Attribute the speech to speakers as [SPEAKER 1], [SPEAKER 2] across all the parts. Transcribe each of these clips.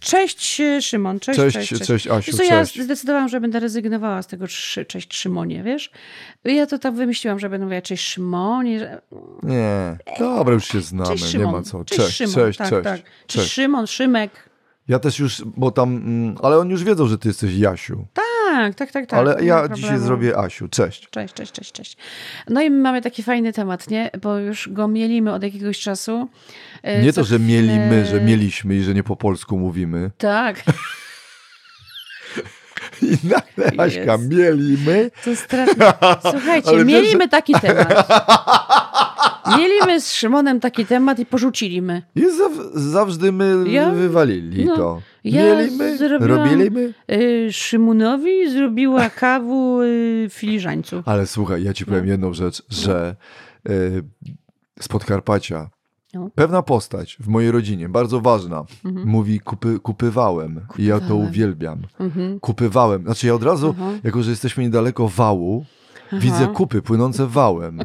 [SPEAKER 1] Cześć y, Szymon, cześć,
[SPEAKER 2] Cześć,
[SPEAKER 1] cześć, cześć.
[SPEAKER 2] cześć, Asiu,
[SPEAKER 1] Wiesz co, ja
[SPEAKER 2] cześć.
[SPEAKER 1] zdecydowałam, że będę rezygnowała z tego szy, cześć Szymonie, wiesz? Ja to tak wymyśliłam, że będę mówiła cześć Szymonie, że...
[SPEAKER 2] Nie, dobra, już się znamy,
[SPEAKER 1] cześć
[SPEAKER 2] No, nie
[SPEAKER 1] Szymon,
[SPEAKER 2] ma co.
[SPEAKER 1] cześć
[SPEAKER 2] Cześć,
[SPEAKER 1] Szymon,
[SPEAKER 2] cześć,
[SPEAKER 1] tak,
[SPEAKER 2] cześć.
[SPEAKER 1] tak. Cześć
[SPEAKER 2] cześć.
[SPEAKER 1] Szymon, Szymek,
[SPEAKER 2] Ja też już, bo tam, mm, ale oni już wiedzą, że ty jesteś Jasiu.
[SPEAKER 1] tak, tak, tak, tak.
[SPEAKER 2] ale
[SPEAKER 1] nie
[SPEAKER 2] ja
[SPEAKER 1] ma
[SPEAKER 2] dzisiaj
[SPEAKER 1] problemu.
[SPEAKER 2] zrobię Asiu, cześć.
[SPEAKER 1] Cześć, cześć, cześć, cześć. No i mamy taki fajny temat, nie? Bo już go mielimy od jakiegoś czasu. E,
[SPEAKER 2] Nie
[SPEAKER 1] co
[SPEAKER 2] to, że mieliśmy,
[SPEAKER 1] chwilę-
[SPEAKER 2] że mieliśmy i że nie po polsku mówimy.
[SPEAKER 1] Tak,
[SPEAKER 2] I nagle Aśka,
[SPEAKER 1] Jest.
[SPEAKER 2] mieliśmy.
[SPEAKER 1] to straszne. Słuchajcie,
[SPEAKER 2] Ale wiesz,
[SPEAKER 1] mielimy taki temat. Mielimy z Szymonem taki temat i porzuciliśmy.
[SPEAKER 2] I zaw, zawsze my
[SPEAKER 1] Ja-
[SPEAKER 2] wywalili
[SPEAKER 1] no,
[SPEAKER 2] to.
[SPEAKER 1] ja
[SPEAKER 2] Mieliśmy,
[SPEAKER 1] zrobiłam-
[SPEAKER 2] robiliśmy.
[SPEAKER 1] Y, Szymunowi zrobiła kawu y, filiżańcu.
[SPEAKER 2] Ale słuchaj, ja ci powiem
[SPEAKER 1] No.
[SPEAKER 2] jedną rzecz, że y, z Podkarpacia
[SPEAKER 1] No. Mhm.
[SPEAKER 2] pewna postać w mojej rodzinie, bardzo ważna, mówi kupy, kupywałem i ja to
[SPEAKER 1] Kupywałem.
[SPEAKER 2] uwielbiam.
[SPEAKER 1] Mhm.
[SPEAKER 2] Kupywałem. Znaczy ja od razu,
[SPEAKER 1] Aha.
[SPEAKER 2] jako że jesteśmy niedaleko wału, widzę kupy płynące wałem.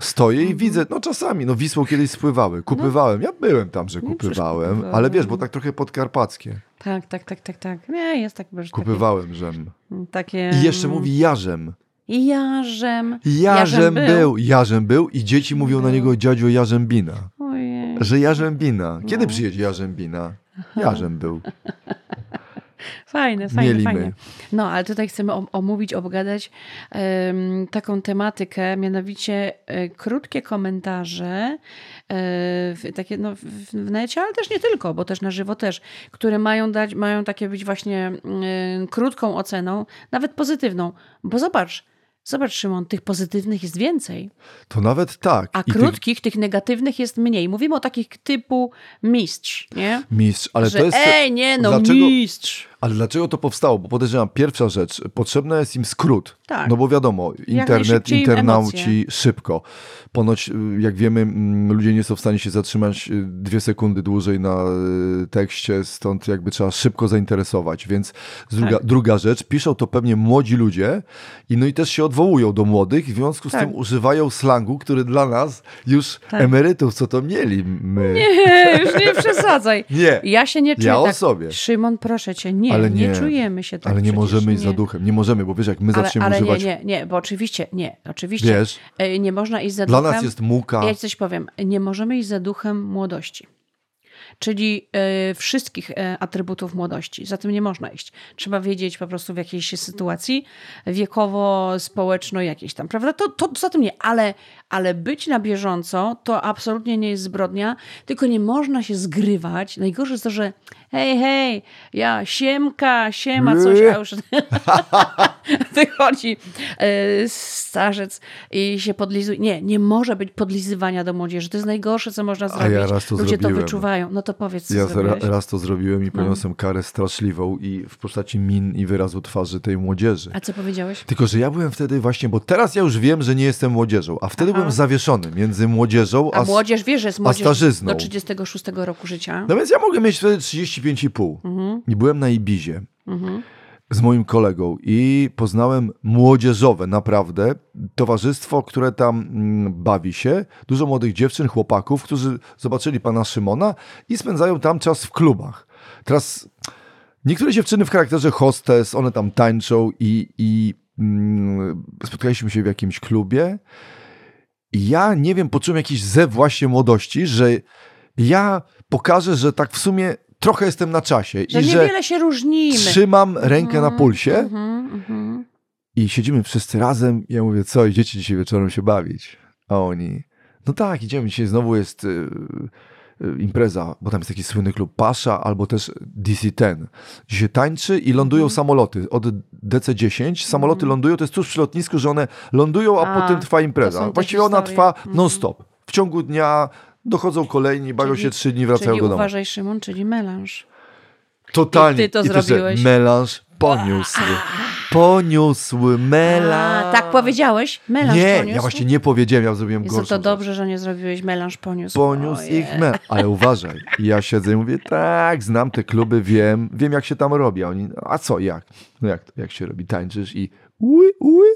[SPEAKER 2] Stoję
[SPEAKER 1] Mhm.
[SPEAKER 2] i widzę, no czasami, no Wisłą kiedyś spływały, kupywałem. Ja byłem tam, że
[SPEAKER 1] No, przecież
[SPEAKER 2] kupywałem,
[SPEAKER 1] kupywałem.
[SPEAKER 2] ale wiesz, bo tak trochę podkarpackie.
[SPEAKER 1] Tak, tak, tak, tak, tak. Nie, jest tak, że
[SPEAKER 2] Kupywałem żem.
[SPEAKER 1] Takie, takie...
[SPEAKER 2] I jeszcze mówi jarzem.
[SPEAKER 1] Jarzem.
[SPEAKER 2] Jarzem był, Jarzem był i dzieci mówią na
[SPEAKER 1] Był.
[SPEAKER 2] niego dziadzio Jarzębina.
[SPEAKER 1] Ojej.
[SPEAKER 2] Że Jarzębina. Kiedy
[SPEAKER 1] No.
[SPEAKER 2] przyjedzie Jarzębina? Jarzem był.
[SPEAKER 1] Fajne, fajne,
[SPEAKER 2] Mielimy.
[SPEAKER 1] fajne. No, ale tutaj chcemy om- omówić, obgadać em, taką tematykę, mianowicie e, krótkie komentarze, e, w, takie no, w, w necie, ale też nie tylko, bo też na żywo też, które mają dać, mają takie być właśnie e, krótką oceną, nawet pozytywną, bo zobacz, zobacz Szymon, tych pozytywnych jest więcej,
[SPEAKER 2] To nawet tak.
[SPEAKER 1] a
[SPEAKER 2] I tych
[SPEAKER 1] krótkich, tych negatywnych jest mniej. Mówimy o takich typu mistrz, nie?
[SPEAKER 2] mistrz, ale
[SPEAKER 1] Że
[SPEAKER 2] to jest...
[SPEAKER 1] ej, nie no,
[SPEAKER 2] dlaczego-
[SPEAKER 1] mistrz.
[SPEAKER 2] Ale dlaczego to powstało? Bo podejrzewam, pierwsza rzecz, potrzebna jest im skrót.
[SPEAKER 1] Tak.
[SPEAKER 2] No bo wiadomo, internet,
[SPEAKER 1] najszybciej im
[SPEAKER 2] internauci,
[SPEAKER 1] emocje.
[SPEAKER 2] szybko. Ponoć, y, jak wiemy, mm, ludzie nie są w stanie się zatrzymać y, dwie sekundy dłużej na y, tekście, stąd jakby trzeba szybko zainteresować. Więc z druga,
[SPEAKER 1] Tak.
[SPEAKER 2] druga rzecz, piszą to pewnie młodzi ludzie i no i też się odwołują do młodych, i w związku z
[SPEAKER 1] Tak.
[SPEAKER 2] tym używają slangu, który dla nas już
[SPEAKER 1] Tak.
[SPEAKER 2] emerytów, co to mieli my.
[SPEAKER 1] Nie, już nie przesadzaj.
[SPEAKER 2] Nie.
[SPEAKER 1] Ja się nie czuję
[SPEAKER 2] Ja o
[SPEAKER 1] tak.
[SPEAKER 2] sobie.
[SPEAKER 1] Szymon, proszę cię, nie,
[SPEAKER 2] Ale
[SPEAKER 1] nie,
[SPEAKER 2] nie.
[SPEAKER 1] czujemy się tak.
[SPEAKER 2] Ale nie
[SPEAKER 1] przecież,
[SPEAKER 2] możemy iść
[SPEAKER 1] nie.
[SPEAKER 2] za duchem, nie możemy, bo wiesz, jak my
[SPEAKER 1] Ale,
[SPEAKER 2] zaczniemy
[SPEAKER 1] ale nie,
[SPEAKER 2] używać
[SPEAKER 1] nie, nie, bo oczywiście, nie, oczywiście
[SPEAKER 2] Wiesz,
[SPEAKER 1] e, nie można iść za
[SPEAKER 2] dla
[SPEAKER 1] duchem.
[SPEAKER 2] nas jest muka.
[SPEAKER 1] Ja ci coś powiem, nie możemy iść za duchem młodości. Czyli e, wszystkich e, atrybutów młodości. Za tym nie można iść. Trzeba wiedzieć po prostu w jakiejś sytuacji wiekowo, społeczno jakiejś tam, prawda? To, to za tym nie, ale, ale być na bieżąco to absolutnie nie jest zbrodnia, tylko nie można się zgrywać. Najgorsze jest to, że hej, hej, ja siemka, siema, coś, a już wychodzi e, starzec i się podlizuje. Nie, nie może być podlizywania do młodzieży. To jest najgorsze, co można zrobić.
[SPEAKER 2] ja raz to
[SPEAKER 1] Ludzie to
[SPEAKER 2] zrobiłem.
[SPEAKER 1] wyczuwają. No to powiedz, co
[SPEAKER 2] Ja ra,
[SPEAKER 1] zrobiłeś.
[SPEAKER 2] raz to zrobiłem
[SPEAKER 1] No.
[SPEAKER 2] i poniosłem karę straszliwą i w postaci min i wyrazu twarzy tej młodzieży.
[SPEAKER 1] A co powiedziałeś?
[SPEAKER 2] Tylko, że ja byłem wtedy właśnie, bo teraz ja już wiem, że nie jestem młodzieżą, a wtedy byłem zawieszony między młodzieżą a,
[SPEAKER 1] A
[SPEAKER 2] s-
[SPEAKER 1] młodzież wie, że jest młodzież
[SPEAKER 2] starzyzną.
[SPEAKER 1] do 36 roku życia. Mhm,
[SPEAKER 2] No więc ja mogę mieć wtedy 35,5.
[SPEAKER 1] Mm.
[SPEAKER 2] I byłem na Ibizie z moim kolegą i poznałem młodzieżowe, naprawdę, towarzystwo, które tam mm, bawi się. Dużo młodych dziewczyn, chłopaków, którzy zobaczyli pana Szymona i spędzają tam czas w klubach. Teraz niektóre dziewczyny w charakterze hostes, one tam tańczą i, i mm, spotkaliśmy się w jakimś klubie. I ja nie wiem, poczułem jakiś zew właśnie młodości, że ja pokażę, że tak w sumie trochę jestem na czasie
[SPEAKER 1] Że
[SPEAKER 2] i że
[SPEAKER 1] No niewiele się różnimy.
[SPEAKER 2] trzymam rękę na
[SPEAKER 1] Mhm,
[SPEAKER 2] pulsie
[SPEAKER 1] mhm, mhm.
[SPEAKER 2] i siedzimy wszyscy razem. I ja mówię, co, idziecie dzisiaj wieczorem się bawić? A oni, no tak, idziemy, dzisiaj znowu jest y, y, impreza, bo tam jest taki słynny klub Pasza albo też DC-10. Gdzie się tańczy i lądują
[SPEAKER 1] Mhm.
[SPEAKER 2] samoloty. Od DC-10 samoloty lądują, to jest tuż przy lotnisku, że one lądują, a,
[SPEAKER 1] A,
[SPEAKER 2] potem trwa
[SPEAKER 1] są
[SPEAKER 2] impreza.
[SPEAKER 1] te
[SPEAKER 2] Właściwie ona
[SPEAKER 1] historie.
[SPEAKER 2] trwa
[SPEAKER 1] Mhm.
[SPEAKER 2] non-stop. W ciągu dnia dochodzą kolejni, bawią
[SPEAKER 1] Czyli-
[SPEAKER 2] się trzy dni, wracają
[SPEAKER 1] Czyli
[SPEAKER 2] do domu.
[SPEAKER 1] uważaj Szymon, czyli melanż.
[SPEAKER 2] Totalnie.
[SPEAKER 1] I ty to
[SPEAKER 2] że
[SPEAKER 1] zrobiłeś.
[SPEAKER 2] Melanż poniósł. Poniósł melanż.
[SPEAKER 1] A, tak powiedziałeś? Melanż
[SPEAKER 2] Nie,
[SPEAKER 1] poniósł?
[SPEAKER 2] ja właśnie nie powiedziałem, ja zrobiłem
[SPEAKER 1] Jezu,
[SPEAKER 2] gorszą
[SPEAKER 1] to
[SPEAKER 2] rzecz.
[SPEAKER 1] dobrze, że nie zrobiłeś melanż poniósł.
[SPEAKER 2] Poniósł
[SPEAKER 1] Ojej.
[SPEAKER 2] ich melanż. Ale uważaj, ja siedzę i mówię, tak, znam te kluby, wiem, wiem jak się tam robi. A oni, a co, jak? No jak, to, jak się robi? Tańczysz i uły, uły.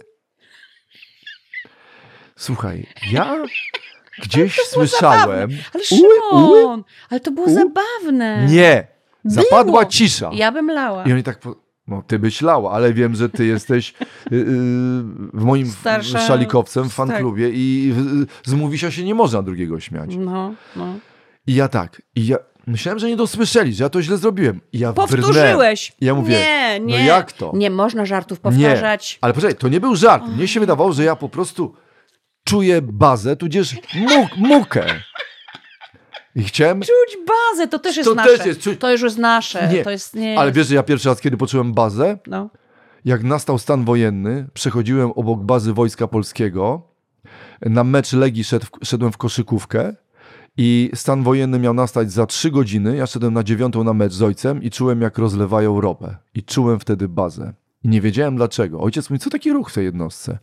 [SPEAKER 2] Słuchaj, ja gdzieś słyszałem.
[SPEAKER 1] Ale
[SPEAKER 2] uły, uły.
[SPEAKER 1] Szymon, ale to było
[SPEAKER 2] U?
[SPEAKER 1] zabawne.
[SPEAKER 2] Nie, Zapadła cisza.
[SPEAKER 1] Ja bym lała.
[SPEAKER 2] I oni tak. Po... No, ty byś lała, ale wiem, że ty jesteś y, y, w moim f-
[SPEAKER 1] Starsza-
[SPEAKER 2] szalikowcem w
[SPEAKER 1] tak.
[SPEAKER 2] fanklubie i y, z Mówisia się nie można drugiego śmiać.
[SPEAKER 1] No, no.
[SPEAKER 2] I ja tak. I ja myślałem, że nie dosłyszeli, że ja to źle zrobiłem. I ja wyrnęłem.
[SPEAKER 1] Powtórzyłeś.
[SPEAKER 2] I ja mówię,
[SPEAKER 1] nie,
[SPEAKER 2] no
[SPEAKER 1] nie.
[SPEAKER 2] jak to?
[SPEAKER 1] Nie można żartów powtarzać.
[SPEAKER 2] Nie. Ale poczekaj, to nie był żart. Mnie się wydawało, że ja po prostu czuję bazę, tudzież mu- mukę. I chciałem...
[SPEAKER 1] Czuć bazę, to też jest
[SPEAKER 2] To
[SPEAKER 1] nasze.
[SPEAKER 2] też jest, czuć-
[SPEAKER 1] To już jest nasze.
[SPEAKER 2] Nie.
[SPEAKER 1] To jest nie.
[SPEAKER 2] Ale wiesz, że ja pierwszy raz, kiedy poczułem bazę,
[SPEAKER 1] no.
[SPEAKER 2] jak nastał stan wojenny, przechodziłem obok bazy Wojska Polskiego. Na mecz Legii szedł, szedłem w koszykówkę i stan wojenny miał nastać za trzy godziny. Ja szedłem na dziewiątą na mecz z ojcem i czułem, jak rozlewają ropę. I czułem wtedy bazę. I nie wiedziałem dlaczego. Ojciec mówi, co taki ruch w tej jednostce?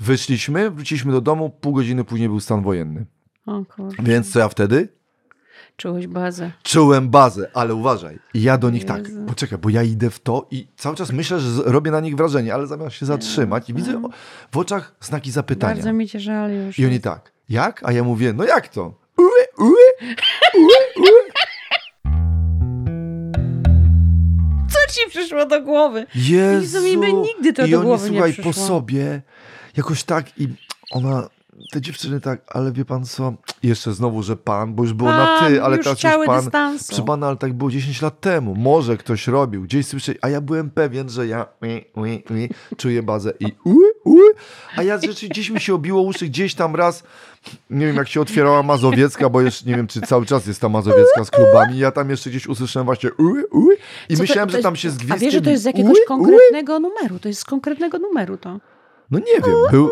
[SPEAKER 2] Wyszliśmy, wróciliśmy do domu, pół godziny później był stan wojenny.
[SPEAKER 1] O kurde,
[SPEAKER 2] Więc co ja wtedy?
[SPEAKER 1] czułeś bazę.
[SPEAKER 2] Czułem bazę, ale uważaj, ja do nich tak,
[SPEAKER 1] Jezu.
[SPEAKER 2] poczekaj, bo ja idę w to i cały czas myślę, że z- robię na nich wrażenie, ale zamiast się zatrzymać i widzę o- w oczach znaki zapytania.
[SPEAKER 1] Bardzo mi cię żal już.
[SPEAKER 2] I oni tak, jak? A ja mówię, no jak to?
[SPEAKER 1] Co ci przyszło do głowy?
[SPEAKER 2] Jezu!
[SPEAKER 1] mi by nigdy to
[SPEAKER 2] I
[SPEAKER 1] do
[SPEAKER 2] oni,
[SPEAKER 1] głowy nie
[SPEAKER 2] słuchaj,
[SPEAKER 1] przyszło.
[SPEAKER 2] po sobie jakoś tak i ona, te dziewczyny tak, ale wie pan co, jeszcze znowu, że pan, bo już było na
[SPEAKER 1] Pan,
[SPEAKER 2] ty, ale
[SPEAKER 1] już
[SPEAKER 2] teraz
[SPEAKER 1] chciały
[SPEAKER 2] już pan.
[SPEAKER 1] dystansu.
[SPEAKER 2] Proszę pana, ale tak było 10 lat temu. Może ktoś robił, gdzieś słyszę, a ja byłem pewien, że ja ui, ui, ui, czuję bazę i ui, ui, a ja rzeczywiście gdzieś mi się obiło uszy, gdzieś tam raz, nie wiem jak się otwierała Mazowiecka, bo jeszcze nie wiem, czy cały czas jest ta Mazowiecka z klubami, ja tam jeszcze gdzieś usłyszałem właśnie ui, ui i
[SPEAKER 1] Co to-
[SPEAKER 2] myślałem,
[SPEAKER 1] to
[SPEAKER 2] że
[SPEAKER 1] jest-
[SPEAKER 2] tam się z
[SPEAKER 1] A wiesz, że to
[SPEAKER 2] gwizdkiem
[SPEAKER 1] jest z jakiegoś
[SPEAKER 2] ui, ui.
[SPEAKER 1] konkretnego numeru. To jest z konkretnego numeru to.
[SPEAKER 2] No nie wiem, był...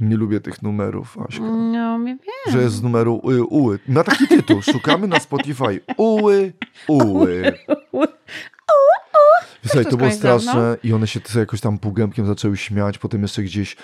[SPEAKER 2] Nie lubię tych numerów, Aśka.
[SPEAKER 1] No, nie wiem.
[SPEAKER 2] Że jest z numeru uły, uły. Na taki tytuł. Szukamy na Spotify. Uły, uły. Słuchaj,
[SPEAKER 1] to no.
[SPEAKER 2] to było
[SPEAKER 1] skądś dawno?
[SPEAKER 2] straszne i one się sobie jakoś tam półgębkiem zaczęły śmiać, potem jeszcze gdzieś,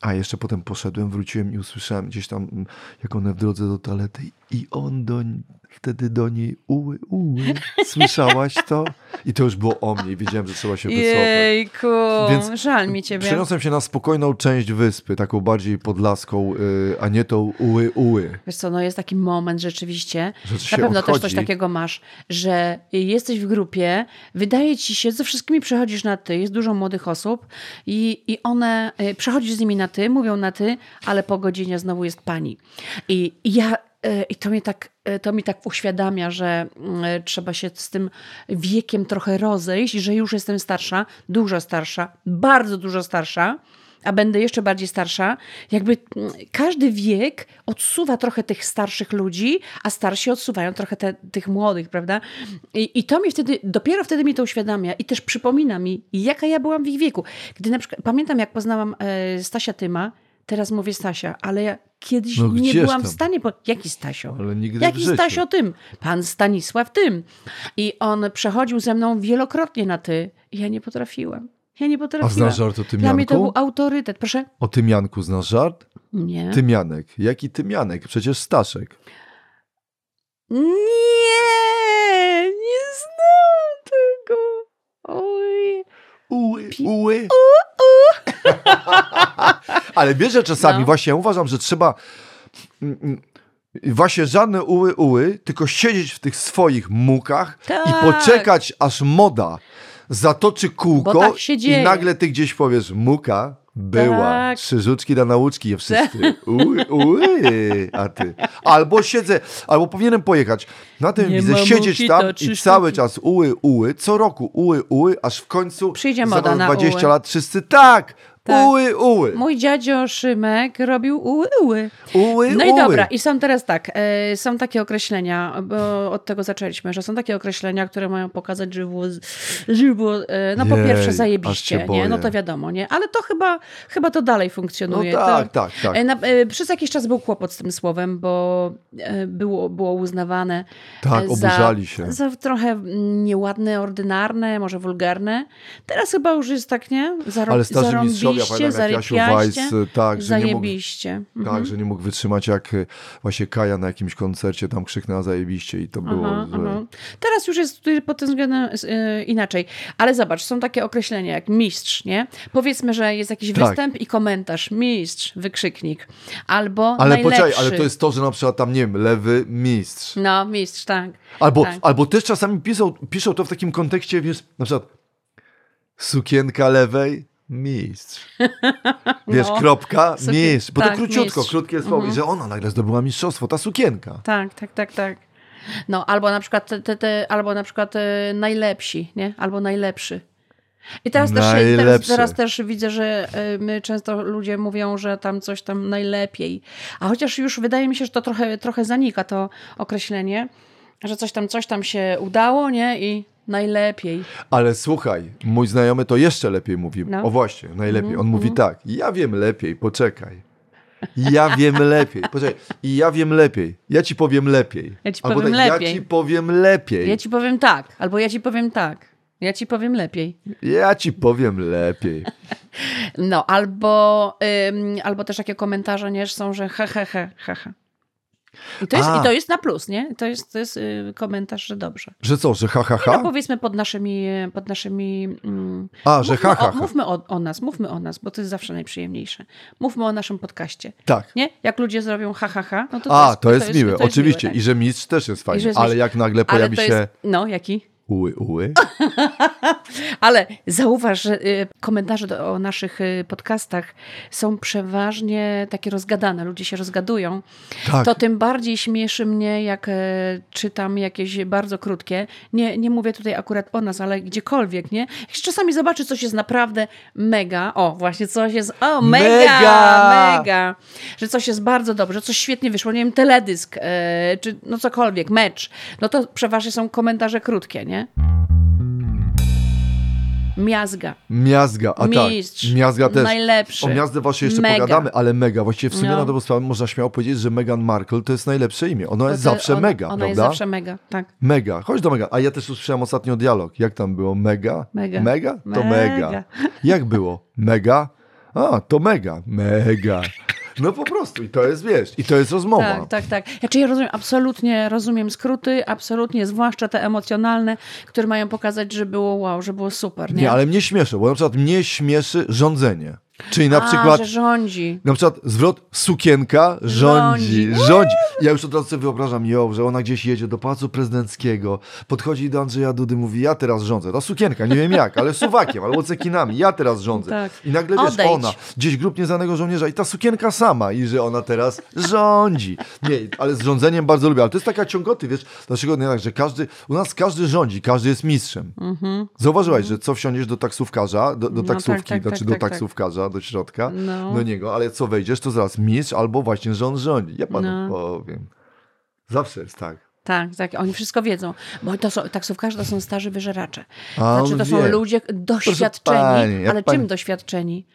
[SPEAKER 2] a jeszcze potem poszedłem, wróciłem i usłyszałem gdzieś tam, mm, jak one w drodze do toalety i on do, wtedy do niej uły, uły. Słyszałaś to? I to już było o mnie i wiedziałem, że trzeba się wycofać.
[SPEAKER 1] Jejku,
[SPEAKER 2] Więc
[SPEAKER 1] żal mi ciebie.
[SPEAKER 2] Przeniosłem się na spokojną część wyspy, taką bardziej podlaską, y, a nie tą uły uły.
[SPEAKER 1] Wiesz co, no jest taki moment rzeczywiście.
[SPEAKER 2] Że
[SPEAKER 1] Na
[SPEAKER 2] się
[SPEAKER 1] pewno
[SPEAKER 2] odchodzi.
[SPEAKER 1] też coś takiego masz, że jesteś w grupie, wydaje ci się, ze wszystkimi przechodzisz na ty, jest dużo młodych osób i, i one, y, przechodzisz z nimi na ty, mówią na ty, ale po godzinie znowu jest pani. I, i ja, y, i to mnie tak, y, to mi tak uświadamia, że y, trzeba się z tym wiekiem trochę rozejść, że już jestem starsza, dużo starsza, bardzo dużo starsza. A będę jeszcze bardziej starsza, jakby mm, każdy wiek odsuwa trochę tych starszych ludzi, a starsi odsuwają trochę te, tych młodych, prawda? I, I to mi wtedy, dopiero wtedy mi to uświadamia i też przypomina mi, jaka ja byłam w ich wieku. Gdy na przykład, pamiętam jak poznałam e, Stasia Tyma, teraz mówię Stasia, ale ja kiedyś
[SPEAKER 2] No
[SPEAKER 1] nie
[SPEAKER 2] gdzież
[SPEAKER 1] byłam w
[SPEAKER 2] tam?
[SPEAKER 1] stanie, po... jaki Stasio?
[SPEAKER 2] Ale nigdy w
[SPEAKER 1] Jaki
[SPEAKER 2] życiu.
[SPEAKER 1] Stasio tym? Pan Stanisław tym. I on przechodził ze mną wielokrotnie na ty i ja nie potrafiłam. Ja nie potrafiłam.
[SPEAKER 2] znasz żart o
[SPEAKER 1] Dla mnie to
[SPEAKER 2] Tymianku?
[SPEAKER 1] był autorytet. Proszę?
[SPEAKER 2] O Tymianku znasz żart?
[SPEAKER 1] Nie.
[SPEAKER 2] Tymianek. Jaki Tymianek? Przecież Staszek.
[SPEAKER 1] Nie, nie znam tego. Oj.
[SPEAKER 2] Uły, uły. Ale wiesz, że czasami
[SPEAKER 1] No.
[SPEAKER 2] właśnie ja uważam, że trzeba mm, mm, właśnie żadne uły, uły, tylko siedzieć w tych swoich mukach
[SPEAKER 1] Tak.
[SPEAKER 2] i poczekać, aż moda zatoczy kółko
[SPEAKER 1] Bo tak się dzieje.
[SPEAKER 2] i nagle ty gdzieś powiesz muka była,
[SPEAKER 1] Tak.
[SPEAKER 2] krzyżuczki na nauczki je wszyscy. Uły, uły, e, a ty. Albo siedzę, albo powinienem pojechać. Na tym
[SPEAKER 1] Nie
[SPEAKER 2] widzę,
[SPEAKER 1] ma
[SPEAKER 2] siedzieć
[SPEAKER 1] muki,
[SPEAKER 2] tam
[SPEAKER 1] to
[SPEAKER 2] i
[SPEAKER 1] trzy
[SPEAKER 2] cały
[SPEAKER 1] sztuki.
[SPEAKER 2] czas uły, uły, co roku uły, uły, aż w końcu
[SPEAKER 1] Przyjdzie
[SPEAKER 2] za
[SPEAKER 1] moda na
[SPEAKER 2] 20
[SPEAKER 1] uły.
[SPEAKER 2] lat wszyscy tak,
[SPEAKER 1] Tak.
[SPEAKER 2] uły, uły,
[SPEAKER 1] Mój dziadzio Szymek robił uły, uły.
[SPEAKER 2] uły,
[SPEAKER 1] No
[SPEAKER 2] uły.
[SPEAKER 1] i dobra, i są teraz tak, e, są takie określenia, bo od tego zaczęliśmy, że są takie określenia, które mają pokazać, że było, z- że było e, no po
[SPEAKER 2] Jej,
[SPEAKER 1] pierwsze
[SPEAKER 2] aż
[SPEAKER 1] zajebiście,
[SPEAKER 2] się
[SPEAKER 1] nie? No
[SPEAKER 2] boję.
[SPEAKER 1] to wiadomo, nie? Ale to chyba, chyba to dalej
[SPEAKER 2] No
[SPEAKER 1] funkcjonuje.
[SPEAKER 2] tak,
[SPEAKER 1] to,
[SPEAKER 2] tak, tak.
[SPEAKER 1] E, Na, e, przez jakiś czas był kłopot z tym słowem, bo e, było, było uznawane e,
[SPEAKER 2] Tak, oburzali się.
[SPEAKER 1] za trochę mm, nieładne, ordynarne, może wulgarne. Teraz chyba już jest tak, nie? Zaro-
[SPEAKER 2] Ale starzy
[SPEAKER 1] zarąbiste.
[SPEAKER 2] mistrzowie Wojtowi, ja
[SPEAKER 1] zajebiście,
[SPEAKER 2] pamiętam jak Jasiu
[SPEAKER 1] zarypiaście,
[SPEAKER 2] Weiss, y, tak, że nie mógł,
[SPEAKER 1] zajebiście.
[SPEAKER 2] tak, że nie mógł wytrzymać jak y, właśnie Kaja na jakimś koncercie tam krzyknęła zajebiście i to było,
[SPEAKER 1] Aha,
[SPEAKER 2] że...
[SPEAKER 1] aha. Teraz już jest tutaj pod tym względem y, inaczej. Ale zobacz, są takie określenia jak mistrz, nie? Powiedzmy, że jest jakiś
[SPEAKER 2] Tak.
[SPEAKER 1] występ i komentarz. Mistrz, wykrzyknik. Albo
[SPEAKER 2] Ale
[SPEAKER 1] najlepszy.
[SPEAKER 2] poczekaj, ale to jest to, że na przykład tam, nie wiem, lewy mistrz.
[SPEAKER 1] No, mistrz, tak.
[SPEAKER 2] Albo,
[SPEAKER 1] tak.
[SPEAKER 2] albo też czasami piszą, piszą to w takim kontekście, wiesz, na przykład sukienka lewej, mistrz. Wiesz,
[SPEAKER 1] No.
[SPEAKER 2] kropka,
[SPEAKER 1] Sukien-
[SPEAKER 2] mistrz. Bo
[SPEAKER 1] tak,
[SPEAKER 2] to króciutko,
[SPEAKER 1] mistrz. Mhm.
[SPEAKER 2] krótkie słowo. I że ona nagle zdobyła mistrzostwo, ta sukienka.
[SPEAKER 1] Tak, tak, tak, tak. No, albo na przykład, te, te, te, albo na przykład e, najlepsi, nie? Albo najlepszy. I teraz też, teraz,
[SPEAKER 2] Najlepszy.
[SPEAKER 1] teraz też widzę, że e, my często ludzie mówią, że tam coś tam najlepiej. A chociaż już wydaje mi się, że to trochę, trochę zanika to określenie, że coś tam, coś tam się udało, nie? I najlepiej.
[SPEAKER 2] Ale słuchaj, mój znajomy to jeszcze lepiej mówi.
[SPEAKER 1] No. mhm.
[SPEAKER 2] O właśnie, najlepiej. On mówi tak, ja wiem lepiej, poczekaj. Ja wiem lepiej. Poczekaj. I ja wiem lepiej. Ja ci powiem lepiej.
[SPEAKER 1] Ja ci
[SPEAKER 2] Albo
[SPEAKER 1] powiem
[SPEAKER 2] tak,
[SPEAKER 1] lepiej.
[SPEAKER 2] Ja ci powiem lepiej.
[SPEAKER 1] Ja ci powiem tak, albo ja ci powiem tak. Ja ci powiem lepiej.
[SPEAKER 2] Ja ci powiem lepiej.
[SPEAKER 1] No, albo, ym, albo też takie komentarze, nie, że są, że he, he, he, he, he. I to, jest,
[SPEAKER 2] A.
[SPEAKER 1] I to jest na plus, nie? To jest, to jest y, komentarz, że dobrze.
[SPEAKER 2] Że co, że ha, ha, ha?
[SPEAKER 1] No powiedzmy pod naszymi... e, Pod naszymi mm,
[SPEAKER 2] A, że
[SPEAKER 1] mówmy
[SPEAKER 2] ha, ha,
[SPEAKER 1] o,
[SPEAKER 2] ha.
[SPEAKER 1] mówmy o, o nas, mówmy o nas, bo to jest zawsze najprzyjemniejsze. Mówmy o naszym podcaście,
[SPEAKER 2] Tak.
[SPEAKER 1] nie? Jak ludzie zrobią ha, ha, ha, no to
[SPEAKER 2] A, to jest miłe,
[SPEAKER 1] to jest
[SPEAKER 2] oczywiście.
[SPEAKER 1] tak.
[SPEAKER 2] I że mistrz też jest
[SPEAKER 1] I że
[SPEAKER 2] fajny.
[SPEAKER 1] jest
[SPEAKER 2] Ale
[SPEAKER 1] mistrz.
[SPEAKER 2] jak nagle
[SPEAKER 1] Ale
[SPEAKER 2] pojawi
[SPEAKER 1] to
[SPEAKER 2] się
[SPEAKER 1] jest... No, jaki?
[SPEAKER 2] uły, uły.
[SPEAKER 1] Ale zauważ, że y, komentarze do, o naszych y, podcastach są przeważnie takie rozgadane, ludzie się rozgadują.
[SPEAKER 2] Tak.
[SPEAKER 1] To tym bardziej śmieszy mnie, jak e, czytam jakieś bardzo krótkie. Nie, nie mówię tutaj akurat o nas, ale gdziekolwiek, nie? Jak się czasami zobaczy, coś jest naprawdę mega. O, właśnie coś jest. O, mega! Mega!
[SPEAKER 2] Mega!
[SPEAKER 1] Że coś jest bardzo dobrze, coś świetnie wyszło, nie wiem, teledysk, e, czy no cokolwiek, mecz. No to przeważnie są komentarze krótkie, nie? Miazga.
[SPEAKER 2] Miazga, a
[SPEAKER 1] Mistrz.
[SPEAKER 2] tak. Miazga też.
[SPEAKER 1] Najlepszy.
[SPEAKER 2] O miazdę właśnie jeszcze
[SPEAKER 1] Mega.
[SPEAKER 2] pogadamy, ale mega. Właściwie w sumie
[SPEAKER 1] No.
[SPEAKER 2] na dobrą sprawę można śmiało powiedzieć, że Meghan Markle to jest najlepsze imię. Ono
[SPEAKER 1] To
[SPEAKER 2] jest
[SPEAKER 1] te-
[SPEAKER 2] zawsze
[SPEAKER 1] on-
[SPEAKER 2] mega,
[SPEAKER 1] Ona
[SPEAKER 2] prawda?
[SPEAKER 1] jest zawsze mega, tak.
[SPEAKER 2] Mega, chodź do mega. A ja też usłyszałem ostatnio dialog. Jak tam było? Mega?
[SPEAKER 1] Mega.
[SPEAKER 2] Mega? To
[SPEAKER 1] Mega.
[SPEAKER 2] mega. Jak było? Mega? A, to mega. Mega. No po prostu. I to jest, wiesz, i to jest rozmowa.
[SPEAKER 1] Tak, tak, tak. Znaczy ja rozumiem, absolutnie rozumiem skróty, absolutnie, zwłaszcza te emocjonalne, które mają pokazać, że było wow, że było super, nie?
[SPEAKER 2] Nie, ale mnie śmieszy, bo na przykład mnie śmieszy rządzenie. Czyli na
[SPEAKER 1] A,
[SPEAKER 2] przykład
[SPEAKER 1] że rządzi.
[SPEAKER 2] Na przykład zwrot sukienka rządzi,
[SPEAKER 1] Rządzi.
[SPEAKER 2] rządzi. Ja już od razu sobie wyobrażam ją, że ona gdzieś jedzie do Pałacu Prezydenckiego, podchodzi do Andrzeja Dudy, mówi ja teraz rządzę. Ta sukienka, nie wiem jak, ale suwakiem albo cekinami, ja teraz rządzę.
[SPEAKER 1] Tak.
[SPEAKER 2] I nagle wiesz,
[SPEAKER 1] Odejdź.
[SPEAKER 2] ona, gdzieś grup nieznanego żołnierza i ta sukienka sama i że ona teraz rządzi. Nie, ale z rządzeniem bardzo lubię, ale to jest taka ciągoty, wiesz, dlaczego nie tak, że każdy, u nas każdy rządzi, każdy jest mistrzem. Zauważyłaś, że co wsiądziesz do taksówkarza, do, do
[SPEAKER 1] Mhm. No tak,
[SPEAKER 2] taksówki,
[SPEAKER 1] tak,
[SPEAKER 2] znaczy
[SPEAKER 1] tak,
[SPEAKER 2] do
[SPEAKER 1] tak, tak.
[SPEAKER 2] taksówkarza, do środka,
[SPEAKER 1] No.
[SPEAKER 2] do niego, ale co wejdziesz, to zaraz mistrz albo właśnie rząd rządzi. Ja panu
[SPEAKER 1] No.
[SPEAKER 2] powiem. Zawsze jest tak.
[SPEAKER 1] Tak, tak, oni wszystko wiedzą, bo to są, taksówkarze to są starzy wyżeracze.
[SPEAKER 2] A
[SPEAKER 1] Znaczy
[SPEAKER 2] on
[SPEAKER 1] to są
[SPEAKER 2] wie.
[SPEAKER 1] ludzie doświadczeni,
[SPEAKER 2] pani, jak
[SPEAKER 1] ale
[SPEAKER 2] pani-
[SPEAKER 1] czym doświadczeni?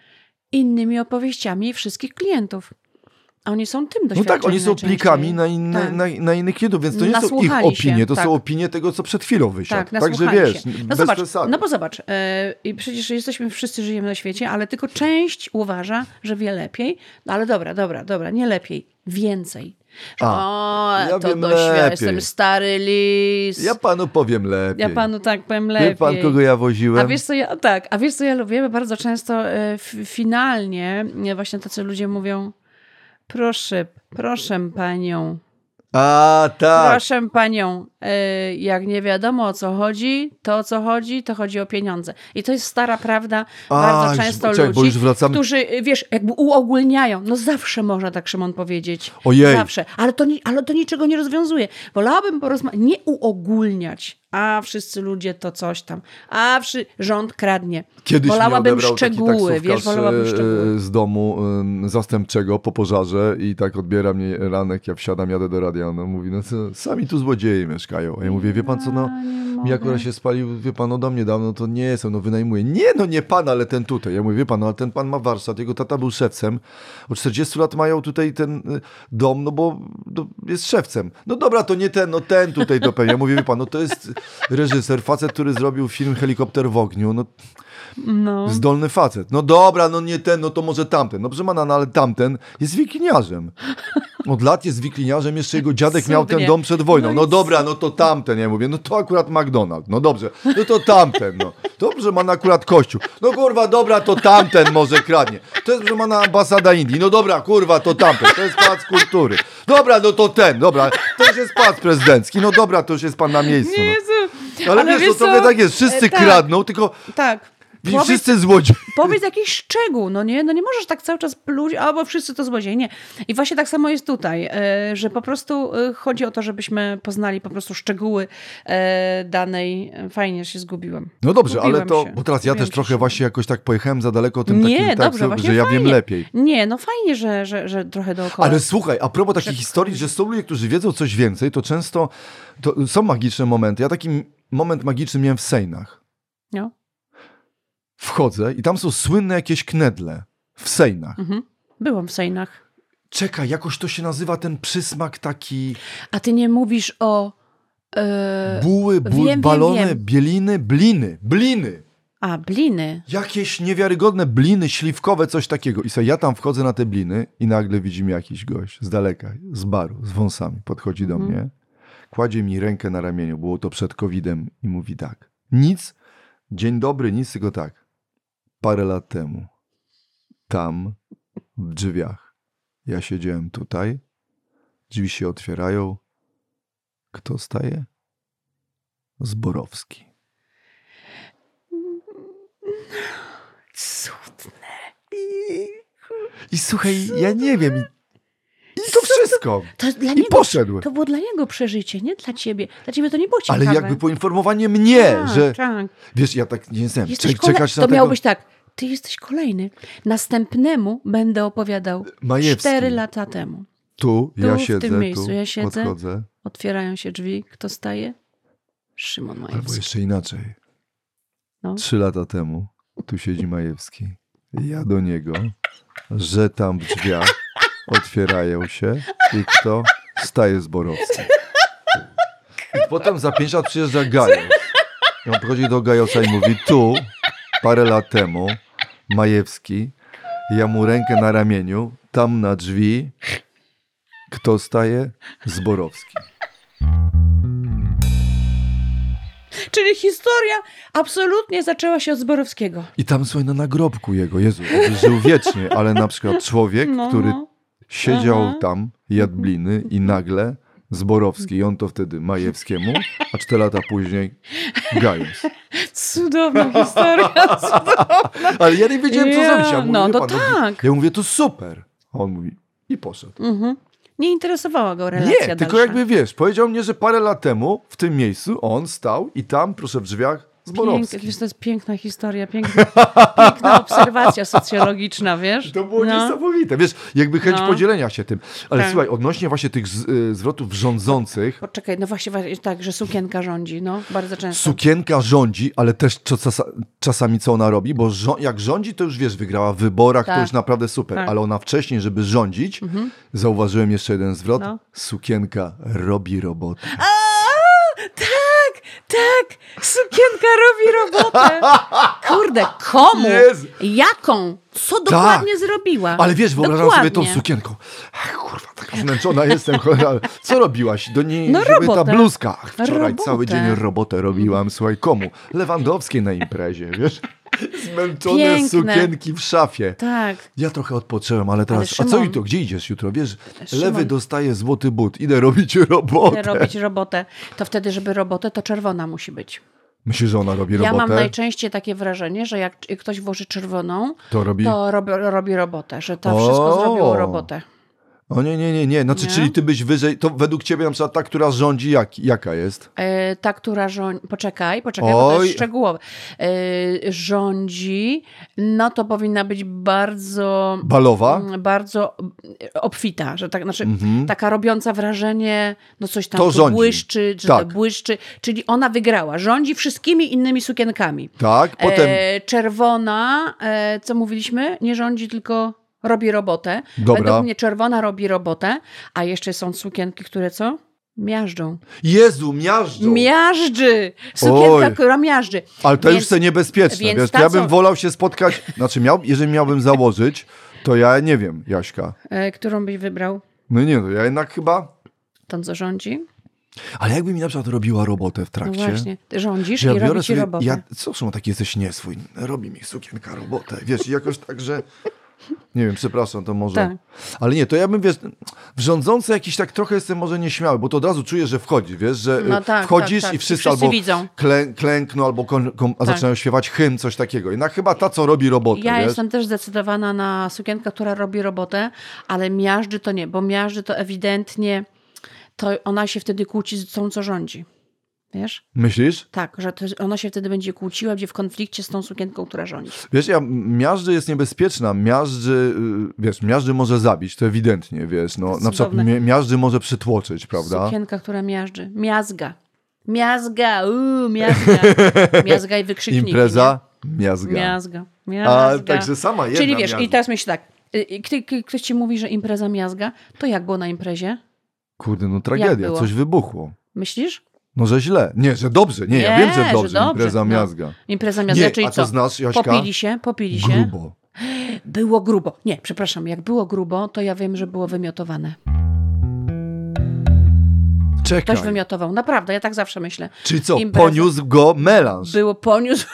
[SPEAKER 1] Innymi opowieściami wszystkich klientów. A oni są tym
[SPEAKER 2] No
[SPEAKER 1] doświadczeni.
[SPEAKER 2] tak, oni są
[SPEAKER 1] najczęściej.
[SPEAKER 2] plikami na, inne,
[SPEAKER 1] Tak.
[SPEAKER 2] na, na innych klientów, więc to nie są ich
[SPEAKER 1] Nasłuchali się,
[SPEAKER 2] opinie, to
[SPEAKER 1] tak.
[SPEAKER 2] są opinie tego, co przed chwilą wysiadł.
[SPEAKER 1] Tak,
[SPEAKER 2] Także
[SPEAKER 1] nasłuchali
[SPEAKER 2] wiesz,
[SPEAKER 1] się. No
[SPEAKER 2] bez
[SPEAKER 1] zobacz,
[SPEAKER 2] przesady.
[SPEAKER 1] no bo zobacz, e, i przecież jesteśmy, wszyscy żyjemy na świecie, ale tylko część uważa, że wie lepiej, no ale dobra, dobra, dobra, nie lepiej, więcej. Że,
[SPEAKER 2] A,
[SPEAKER 1] o,
[SPEAKER 2] ja
[SPEAKER 1] to
[SPEAKER 2] wiem
[SPEAKER 1] dość, ja
[SPEAKER 2] lepiej.
[SPEAKER 1] jestem stary lis,
[SPEAKER 2] Ja
[SPEAKER 1] ja,
[SPEAKER 2] panu powiem lepiej.
[SPEAKER 1] panu tak powiem lepiej.
[SPEAKER 2] Wie pan, kogo ja woziłem?
[SPEAKER 1] A wiesz co ja, tak, a wiesz co ja lubię? Bo Bardzo często e, f, finalnie e, właśnie tacy ludzie mówią, proszę, proszę panią,
[SPEAKER 2] A, tak.
[SPEAKER 1] Proszę panią, y, jak nie wiadomo o co chodzi, to o co chodzi, to chodzi o pieniądze. I to jest stara prawda
[SPEAKER 2] A,
[SPEAKER 1] bardzo
[SPEAKER 2] już-
[SPEAKER 1] często
[SPEAKER 2] czekaj,
[SPEAKER 1] ludzi,
[SPEAKER 2] bo już wracamy-
[SPEAKER 1] którzy, y, wiesz, jakby uogólniają. No zawsze można tak, Szymon, powiedzieć.
[SPEAKER 2] Ojej.
[SPEAKER 1] Zawsze. Ale to, ni- ale to niczego nie rozwiązuje. Wolałabym porozmawiać, nie uogólniać. A wszyscy ludzie to coś tam. A wszy... rząd kradnie.
[SPEAKER 2] Kiedyś mnie
[SPEAKER 1] wolałabym
[SPEAKER 2] odebrał taki
[SPEAKER 1] szczegóły,
[SPEAKER 2] taksówkarz,
[SPEAKER 1] wiesz, wolałabym
[SPEAKER 2] e,
[SPEAKER 1] szczegóły.
[SPEAKER 2] Z domu em, zastępczego po pożarze i tak odbiera mnie ranek, ja wsiadam, jadę do radia, no mówi, no co, sami tu złodzieje mieszkają. A ja mówię, wie pan co, no,
[SPEAKER 1] Ja nie
[SPEAKER 2] Mi akurat się spalił, wie pan, ode mnie dawno, to nie jestem, no wynajmuję. Nie, no nie pan, ale ten tutaj. Ja mówię, wie pan, no, ale ten pan ma warsztat, jego tata był szewcem. Od 40 lat mają tutaj ten y, dom, no bo no, jest szewcem. No dobra, to nie ten, no ten tutaj to pewnie. Ja mówię, wie pan, no to jest reżyser, facet, który zrobił film Helikopter w ogniu, no
[SPEAKER 1] No.
[SPEAKER 2] zdolny facet. No dobra, no nie ten, no to może tamten. No proszę pana, no, ale tamten jest wikliniarzem. Od lat jest wikliniarzem, jeszcze jego dziadek miał ten
[SPEAKER 1] Cudnie.
[SPEAKER 2] dom przed wojną.
[SPEAKER 1] No i
[SPEAKER 2] No dobra, no to tamten, ja mówię, no to akurat McDonald's, no dobrze, no to tamten, no. Dobrze, ma akurat kościół. No kurwa, dobra, to tamten może kradnie. To jest, proszę pana, ambasada Indii. No dobra, kurwa, to tamten, to jest pałac kultury. Dobra, no to ten, dobra, to już jest pałac prezydencki. No dobra, to już jest pan na miejscu. No. Ale, wiesz, co, to mnie tak jest, wszyscy
[SPEAKER 1] E, tak,
[SPEAKER 2] kradną, tylko
[SPEAKER 1] Tak. Powiedz,
[SPEAKER 2] wszyscy złodzieje.
[SPEAKER 1] powiedz jakiś szczegół, no nie? No nie możesz tak cały czas ludzi, albo wszyscy to złodzieje, nie. I właśnie tak samo jest tutaj, e, że po prostu e, chodzi o to, żebyśmy poznali po prostu szczegóły e, danej, fajnie, że się zgubiłam.
[SPEAKER 2] No dobrze, ale
[SPEAKER 1] Gubiłam
[SPEAKER 2] to,
[SPEAKER 1] się.
[SPEAKER 2] bo teraz ja
[SPEAKER 1] Gubiłam
[SPEAKER 2] też
[SPEAKER 1] się
[SPEAKER 2] trochę
[SPEAKER 1] szybko.
[SPEAKER 2] właśnie jakoś tak pojechałem za daleko tym
[SPEAKER 1] Nie,
[SPEAKER 2] takim
[SPEAKER 1] dobrze,
[SPEAKER 2] tak,
[SPEAKER 1] właśnie
[SPEAKER 2] że ja wiem
[SPEAKER 1] fajnie.
[SPEAKER 2] lepiej.
[SPEAKER 1] Nie, no fajnie, że, że, że trochę dookoła.
[SPEAKER 2] Ale słuchaj, a propos takich historii, że są ludzie, którzy wiedzą coś więcej, to często to są magiczne momenty. Ja taki moment magiczny miałem w Sejnach.
[SPEAKER 1] No.
[SPEAKER 2] Wchodzę i tam są słynne jakieś knedle w Sejnach.
[SPEAKER 1] Mhm. Byłam w Sejnach.
[SPEAKER 2] Czekaj, jakoś to się nazywa ten przysmak taki
[SPEAKER 1] A ty nie mówisz o... e,
[SPEAKER 2] buły, ból,
[SPEAKER 1] wiem, wiem,
[SPEAKER 2] balony,
[SPEAKER 1] wiem.
[SPEAKER 2] bieliny, bliny, bliny.
[SPEAKER 1] a, bliny.
[SPEAKER 2] Jakieś niewiarygodne bliny śliwkowe, coś takiego. I sobie ja tam wchodzę na te bliny i nagle widzi mnie jakiś gość z daleka, z baru, z wąsami. Podchodzi do
[SPEAKER 1] Mhm.
[SPEAKER 2] mnie, kładzie mi rękę na ramieniu, było to przed COVID-em i mówi tak. Nic, dzień dobry, nic, tylko tak. Parę lat temu, tam, w drzwiach, ja siedziałem tutaj, drzwi się otwierają. Kto staje? Zborowski.
[SPEAKER 1] Cudne.
[SPEAKER 2] I słuchaj, ja nie wiem. I, i to wszystko.
[SPEAKER 1] To dla
[SPEAKER 2] I
[SPEAKER 1] niego...
[SPEAKER 2] poszedł.
[SPEAKER 1] To było dla niego przeżycie, nie dla ciebie. Dla ciebie to nie było ciekawe.
[SPEAKER 2] Ale jakby poinformowanie mnie,
[SPEAKER 1] Tak,
[SPEAKER 2] że
[SPEAKER 1] tak.
[SPEAKER 2] wiesz, ja tak nie wiem,
[SPEAKER 1] Jesteś
[SPEAKER 2] czek,
[SPEAKER 1] kole...
[SPEAKER 2] czekasz
[SPEAKER 1] To
[SPEAKER 2] na tego...
[SPEAKER 1] miało być tak. Ty jesteś kolejny. Następnemu będę opowiadał
[SPEAKER 2] Majewski.
[SPEAKER 1] cztery lata temu.
[SPEAKER 2] Tu, ja
[SPEAKER 1] w tym
[SPEAKER 2] siedzę,
[SPEAKER 1] miejscu
[SPEAKER 2] tu
[SPEAKER 1] ja siedzę.
[SPEAKER 2] podchodzę.
[SPEAKER 1] Otwierają się drzwi. Kto staje? Szymon
[SPEAKER 2] Albo
[SPEAKER 1] Majewski.
[SPEAKER 2] jeszcze inaczej.
[SPEAKER 1] No.
[SPEAKER 2] Trzy lata temu tu siedzi Majewski. Ja do niego, że tam w drzwiach otwierają się i kto staje z Borowski. I potem za pięć lat przyjeżdża Gajos. I on przychodzi do Gajosa i mówi, tu parę lat temu Majewski, ja mu rękę na ramieniu, tam na drzwi, kto staje? Zborowski.
[SPEAKER 1] Czyli historia absolutnie zaczęła się od Zborowskiego.
[SPEAKER 2] I tam słuchaj, na nagrobku jego, Jezu, on żył wiecznie, ale na przykład człowiek,
[SPEAKER 1] No,
[SPEAKER 2] Tak, który
[SPEAKER 1] no.
[SPEAKER 2] siedział
[SPEAKER 1] Aha. Mhm.
[SPEAKER 2] tam, jadł bliny i nagle Zborowski, i on to wtedy Majewskiemu, a cztery lata później Gajus.
[SPEAKER 1] Cudowna historia.
[SPEAKER 2] Ale ja nie wiedziałem, co
[SPEAKER 1] Ja,
[SPEAKER 2] zrobić. Ja mówię,
[SPEAKER 1] no
[SPEAKER 2] wie
[SPEAKER 1] to
[SPEAKER 2] pan,
[SPEAKER 1] tak.
[SPEAKER 2] Ja mówię, to super. A on mówi, i poszedł.
[SPEAKER 1] Mhm. Nie interesowała go relacja
[SPEAKER 2] Nie,
[SPEAKER 1] dalsza.
[SPEAKER 2] tylko jakby wiesz, powiedział mnie, że parę lat temu w tym miejscu on stał i tam, proszę, w drzwiach Zborowski.
[SPEAKER 1] Pięk, wiesz, to jest piękna historia, piękna, piękna obserwacja socjologiczna, wiesz?
[SPEAKER 2] To było
[SPEAKER 1] No.
[SPEAKER 2] niesamowite. Wiesz, jakby chęć
[SPEAKER 1] No.
[SPEAKER 2] podzielenia się tym. Ale
[SPEAKER 1] Tak.
[SPEAKER 2] słuchaj, odnośnie właśnie tych z, y, zwrotów rządzących,
[SPEAKER 1] Poczekaj, no właśnie wa- tak, że sukienka rządzi, no, bardzo często.
[SPEAKER 2] Sukienka rządzi, ale też co, czas- czasami co ona robi, bo żo- jak rządzi, to już wiesz, wygrała w wyborach, to
[SPEAKER 1] Tak.
[SPEAKER 2] już naprawdę super,
[SPEAKER 1] Tak. Mhm.
[SPEAKER 2] ale ona wcześniej, żeby rządzić, zauważyłem jeszcze jeden zwrot,
[SPEAKER 1] No.
[SPEAKER 2] sukienka robi robotę.
[SPEAKER 1] A, tak, tak, sukienka robi robotę. Kurde, komu?
[SPEAKER 2] Jezu. Tak.
[SPEAKER 1] Jaką? Co dokładnie zrobiła?
[SPEAKER 2] Ale wiesz, wyobrażam
[SPEAKER 1] dokładnie.
[SPEAKER 2] sobie tą sukienką. Ach, kurwa, taka zmęczona jestem. cholera, ale Co robiłaś? Do niej,
[SPEAKER 1] No,
[SPEAKER 2] żeby ta
[SPEAKER 1] robotę. No
[SPEAKER 2] bluzka. Ach, wczoraj
[SPEAKER 1] Robotę.
[SPEAKER 2] cały dzień robotę robiłam, słuchaj, komu? Lewandowskiej na imprezie, wiesz? Zmęczone
[SPEAKER 1] Piękne.
[SPEAKER 2] sukienki w szafie.
[SPEAKER 1] Tak.
[SPEAKER 2] Ja trochę odpocząłem, ale
[SPEAKER 1] Ale
[SPEAKER 2] teraz. a co
[SPEAKER 1] Szymon-
[SPEAKER 2] jutro? Gdzie idziesz jutro? Wiesz,
[SPEAKER 1] Szymon-
[SPEAKER 2] lewy dostaje złoty but. Idę robić robotę.
[SPEAKER 1] Robić robotę, to wtedy, żeby robotę, to czerwona musi być.
[SPEAKER 2] Myślisz, że ona robi
[SPEAKER 1] Ja
[SPEAKER 2] robotę?
[SPEAKER 1] mam najczęściej takie wrażenie, że jak c- ktoś włoży czerwoną,
[SPEAKER 2] To robi.
[SPEAKER 1] to robi, robi robotę, że to
[SPEAKER 2] O.
[SPEAKER 1] wszystko zrobiło robotę.
[SPEAKER 2] O nie, nie, nie, nie. Znaczy,
[SPEAKER 1] Nie?
[SPEAKER 2] czyli ty byś wyżej, to według ciebie na przykład ta, która rządzi, jak, jaka jest?
[SPEAKER 1] E, Ta, która rządzi. Poczekaj, poczekaj, bo to
[SPEAKER 2] Oj.
[SPEAKER 1] jest szczegółowe. E, Rządzi, no to powinna być bardzo.
[SPEAKER 2] Balowa?
[SPEAKER 1] m, Bardzo obfita, że tak, znaczy
[SPEAKER 2] Mhm.
[SPEAKER 1] taka robiąca wrażenie, no coś tam
[SPEAKER 2] To
[SPEAKER 1] tu
[SPEAKER 2] rządzi.
[SPEAKER 1] błyszczy, czy
[SPEAKER 2] Tak.
[SPEAKER 1] to błyszczy, czyli ona wygrała, rządzi wszystkimi innymi sukienkami.
[SPEAKER 2] Tak, potem
[SPEAKER 1] E, czerwona, e, co mówiliśmy, nie rządzi, tylko robi robotę.
[SPEAKER 2] Dobra.
[SPEAKER 1] Według mnie czerwona robi robotę, a jeszcze są sukienki, które co? Miażdżą.
[SPEAKER 2] Jezu, miażdżą.
[SPEAKER 1] Miażdży! Sukienka,
[SPEAKER 2] Oj.
[SPEAKER 1] która miażdży.
[SPEAKER 2] Ale to
[SPEAKER 1] Więc-
[SPEAKER 2] już te niebezpieczne.
[SPEAKER 1] więc
[SPEAKER 2] Wiesz,
[SPEAKER 1] ta,
[SPEAKER 2] ja bym
[SPEAKER 1] co-
[SPEAKER 2] wolał się spotkać, znaczy miał, jeżeli miałbym założyć, to ja nie wiem, Jaśka.
[SPEAKER 1] E, którą byś wybrał?
[SPEAKER 2] No nie, no ja jednak chyba...
[SPEAKER 1] Tą, co rządzi?
[SPEAKER 2] Ale jakby mi na przykład robiła robotę w
[SPEAKER 1] No
[SPEAKER 2] trakcie...
[SPEAKER 1] właśnie. Ty rządzisz
[SPEAKER 2] że
[SPEAKER 1] i robi ci
[SPEAKER 2] sobie-
[SPEAKER 1] robotę.
[SPEAKER 2] Ja, co, Szymon, taki jesteś nieswój? Robi mi sukienka robotę. Wiesz, i jakoś tak, że... Nie wiem, przepraszam, to może...
[SPEAKER 1] Tak.
[SPEAKER 2] Ale nie, to ja bym, wiesz, w rządzący jakiś tak trochę jestem może nieśmiały, bo to od razu czuję, że wchodzi, wiesz, że
[SPEAKER 1] No
[SPEAKER 2] y,
[SPEAKER 1] tak,
[SPEAKER 2] wchodzisz
[SPEAKER 1] tak, tak.
[SPEAKER 2] i wszyscy,
[SPEAKER 1] Wszyscy
[SPEAKER 2] albo
[SPEAKER 1] widzą.
[SPEAKER 2] Klę, klękną, albo kon, kom, a
[SPEAKER 1] Tak.
[SPEAKER 2] zaczynają śpiewać hymn, coś takiego. Jednak chyba ta, co robi robotę,
[SPEAKER 1] Ja
[SPEAKER 2] wiesz?
[SPEAKER 1] jestem też zdecydowana na sukienkę, która robi robotę, ale miażdży to nie, bo miażdży to ewidentnie, to ona się wtedy kłóci z tą, co rządzi. Wiesz?
[SPEAKER 2] Myślisz?
[SPEAKER 1] Tak, że to, ona się wtedy będzie kłóciła, będzie w konflikcie z tą sukienką, która rządzi.
[SPEAKER 2] Wiesz, ja, miażdży jest niebezpieczna. Miażdży, y, wiesz, miażdży może zabić, to ewidentnie, wiesz. No, na przykład
[SPEAKER 1] cudowne.
[SPEAKER 2] mi- miażdży może przytłoczyć, prawda?
[SPEAKER 1] Sukienka, która miażdży. Miazga. Miazga, uuu, miazga. Miazga i wykrzykniki.
[SPEAKER 2] Impreza,
[SPEAKER 1] nie?
[SPEAKER 2] miazga.
[SPEAKER 1] Miazga.
[SPEAKER 2] A, tak
[SPEAKER 1] Miazga.
[SPEAKER 2] także sama jedna
[SPEAKER 1] Czyli wiesz,
[SPEAKER 2] miazga.
[SPEAKER 1] i teraz myśl tak, y, y, kty- k- ktoś ci mówi, że impreza miazga, to jak było na imprezie?
[SPEAKER 2] Kurde, no tragedia,
[SPEAKER 1] było?
[SPEAKER 2] coś wybuchło.
[SPEAKER 1] Myślisz?
[SPEAKER 2] No, że źle. Nie, że dobrze. Nie, ja
[SPEAKER 1] Nie,
[SPEAKER 2] wiem, że
[SPEAKER 1] że
[SPEAKER 2] dobrze.
[SPEAKER 1] dobrze,
[SPEAKER 2] Impreza
[SPEAKER 1] no.
[SPEAKER 2] miazga.
[SPEAKER 1] Impreza miazga,
[SPEAKER 2] Nie,
[SPEAKER 1] czyli
[SPEAKER 2] a to
[SPEAKER 1] co?
[SPEAKER 2] znasz, Jaśka?
[SPEAKER 1] popili się, popili się.
[SPEAKER 2] Grubo.
[SPEAKER 1] Było grubo. Nie, przepraszam, jak było grubo, to ja wiem, że było wymiotowane.
[SPEAKER 2] Czekaj.
[SPEAKER 1] Ktoś wymiotował, naprawdę, ja tak zawsze myślę.
[SPEAKER 2] Czyli co,
[SPEAKER 1] Impreza.
[SPEAKER 2] poniósł go melanż.
[SPEAKER 1] Było poniósł.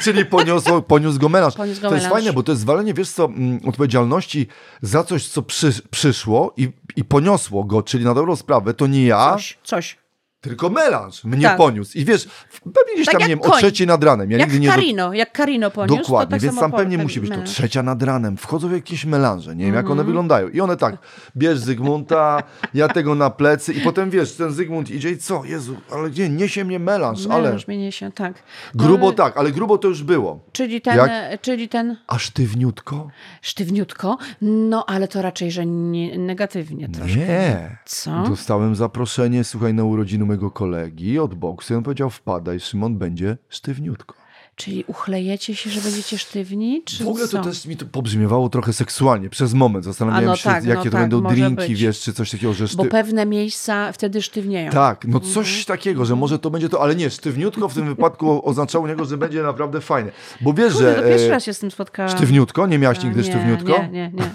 [SPEAKER 2] Czyli poniosło, poniósł go melanż.
[SPEAKER 1] Poniósł go
[SPEAKER 2] to jest
[SPEAKER 1] melanż.
[SPEAKER 2] fajne, bo to jest zwalenie, wiesz co, mm, odpowiedzialności za coś, co przy, przyszło i, i poniosło go, czyli na dobrą sprawę, to nie ja,
[SPEAKER 1] Coś, coś.
[SPEAKER 2] tylko melanż mnie
[SPEAKER 1] Tak.
[SPEAKER 2] poniósł. I wiesz, w- pewnie gdzieś
[SPEAKER 1] Tak
[SPEAKER 2] tam, nie
[SPEAKER 1] jak
[SPEAKER 2] wiem, o
[SPEAKER 1] koń.
[SPEAKER 2] trzeciej nad ranem. Ja
[SPEAKER 1] jak
[SPEAKER 2] nigdy nie... do-
[SPEAKER 1] Karino, jak Karino poniósł,
[SPEAKER 2] Dokładnie,
[SPEAKER 1] to tak
[SPEAKER 2] więc
[SPEAKER 1] samo
[SPEAKER 2] tam pewnie
[SPEAKER 1] po-
[SPEAKER 2] musi być to
[SPEAKER 1] męż.
[SPEAKER 2] trzecia nad ranem. Wchodzą jakieś melanże, nie wiem jak one
[SPEAKER 1] Mhm.
[SPEAKER 2] wyglądają. I one tak, bierz Zygmunta, ja tego na plecy i potem wiesz, ten Zygmunt idzie i co, Jezu, ale gdzie, niesie mnie melanż, ale...
[SPEAKER 1] Męż mienie się, tak. No,
[SPEAKER 2] Grubo
[SPEAKER 1] ale-
[SPEAKER 2] tak, ale grubo to już było.
[SPEAKER 1] Czyli ten,
[SPEAKER 2] Jak?
[SPEAKER 1] e, czyli ten
[SPEAKER 2] A sztywniutko?
[SPEAKER 1] sztywniutko, no ale to raczej, że nie, negatywnie troszkę.
[SPEAKER 2] Nie.
[SPEAKER 1] Co?
[SPEAKER 2] Dostałem zaproszenie, słuchaj, na urodziny mojego kolegi od boksu i on powiedział, wpadaj, Szymon, będzie sztywniutko.
[SPEAKER 1] Czyli uchlejecie się, że będziecie sztywni? Czy
[SPEAKER 2] W ogóle
[SPEAKER 1] co?
[SPEAKER 2] to też mi to pobrzmiewało trochę seksualnie, przez moment. Zastanawiałem
[SPEAKER 1] A no
[SPEAKER 2] się,
[SPEAKER 1] tak, no
[SPEAKER 2] jakie to
[SPEAKER 1] tak,
[SPEAKER 2] będą
[SPEAKER 1] może
[SPEAKER 2] drinki,
[SPEAKER 1] być.
[SPEAKER 2] wiesz, czy coś takiego, że
[SPEAKER 1] Bo
[SPEAKER 2] szty...
[SPEAKER 1] pewne miejsca wtedy sztywnieją.
[SPEAKER 2] Tak, no coś takiego, że może to będzie to, ale nie, sztywniutko w tym wypadku oznaczało u niego, że będzie naprawdę fajne. Bo wiesz,
[SPEAKER 1] Kurde,
[SPEAKER 2] że...
[SPEAKER 1] to pierwszy
[SPEAKER 2] e,
[SPEAKER 1] raz się z tym spotkałam.
[SPEAKER 2] Sztywniutko? Nie miałaś nigdy
[SPEAKER 1] nie,
[SPEAKER 2] sztywniutko?
[SPEAKER 1] Nie, nie, nie.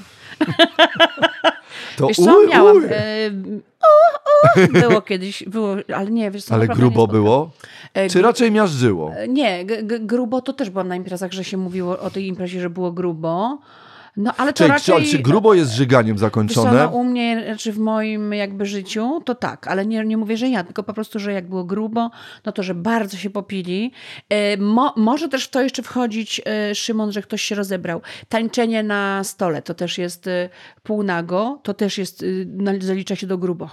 [SPEAKER 2] To
[SPEAKER 1] Wiesz co,
[SPEAKER 2] uj,
[SPEAKER 1] miałam.
[SPEAKER 2] uj.
[SPEAKER 1] E, o, o, było kiedyś, było, ale nie, wiesz co,
[SPEAKER 2] Ale
[SPEAKER 1] naprawdę
[SPEAKER 2] grubo
[SPEAKER 1] nie spotkałam.
[SPEAKER 2] było?
[SPEAKER 1] E,
[SPEAKER 2] Czy raczej miażdżyło?
[SPEAKER 1] E, Nie, g- g- grubo to też byłam na imprezach, że się mówiło o tej imprezie, że było grubo. No ale to
[SPEAKER 2] Czyli,
[SPEAKER 1] raczej...
[SPEAKER 2] czy, czy grubo jest żyganiem
[SPEAKER 1] Wiesz co, no,
[SPEAKER 2] zakończone?
[SPEAKER 1] u mnie, czy w moim jakby życiu, to tak, ale nie, nie mówię, że ja, tylko po prostu, że jak było grubo, no to, że bardzo się popili. E, Mo, może też w to jeszcze wchodzić, e, Szymon, że ktoś się rozebrał. Tańczenie na stole, to też jest e, półnago, to też jest, e, na- zalicza się do grubo.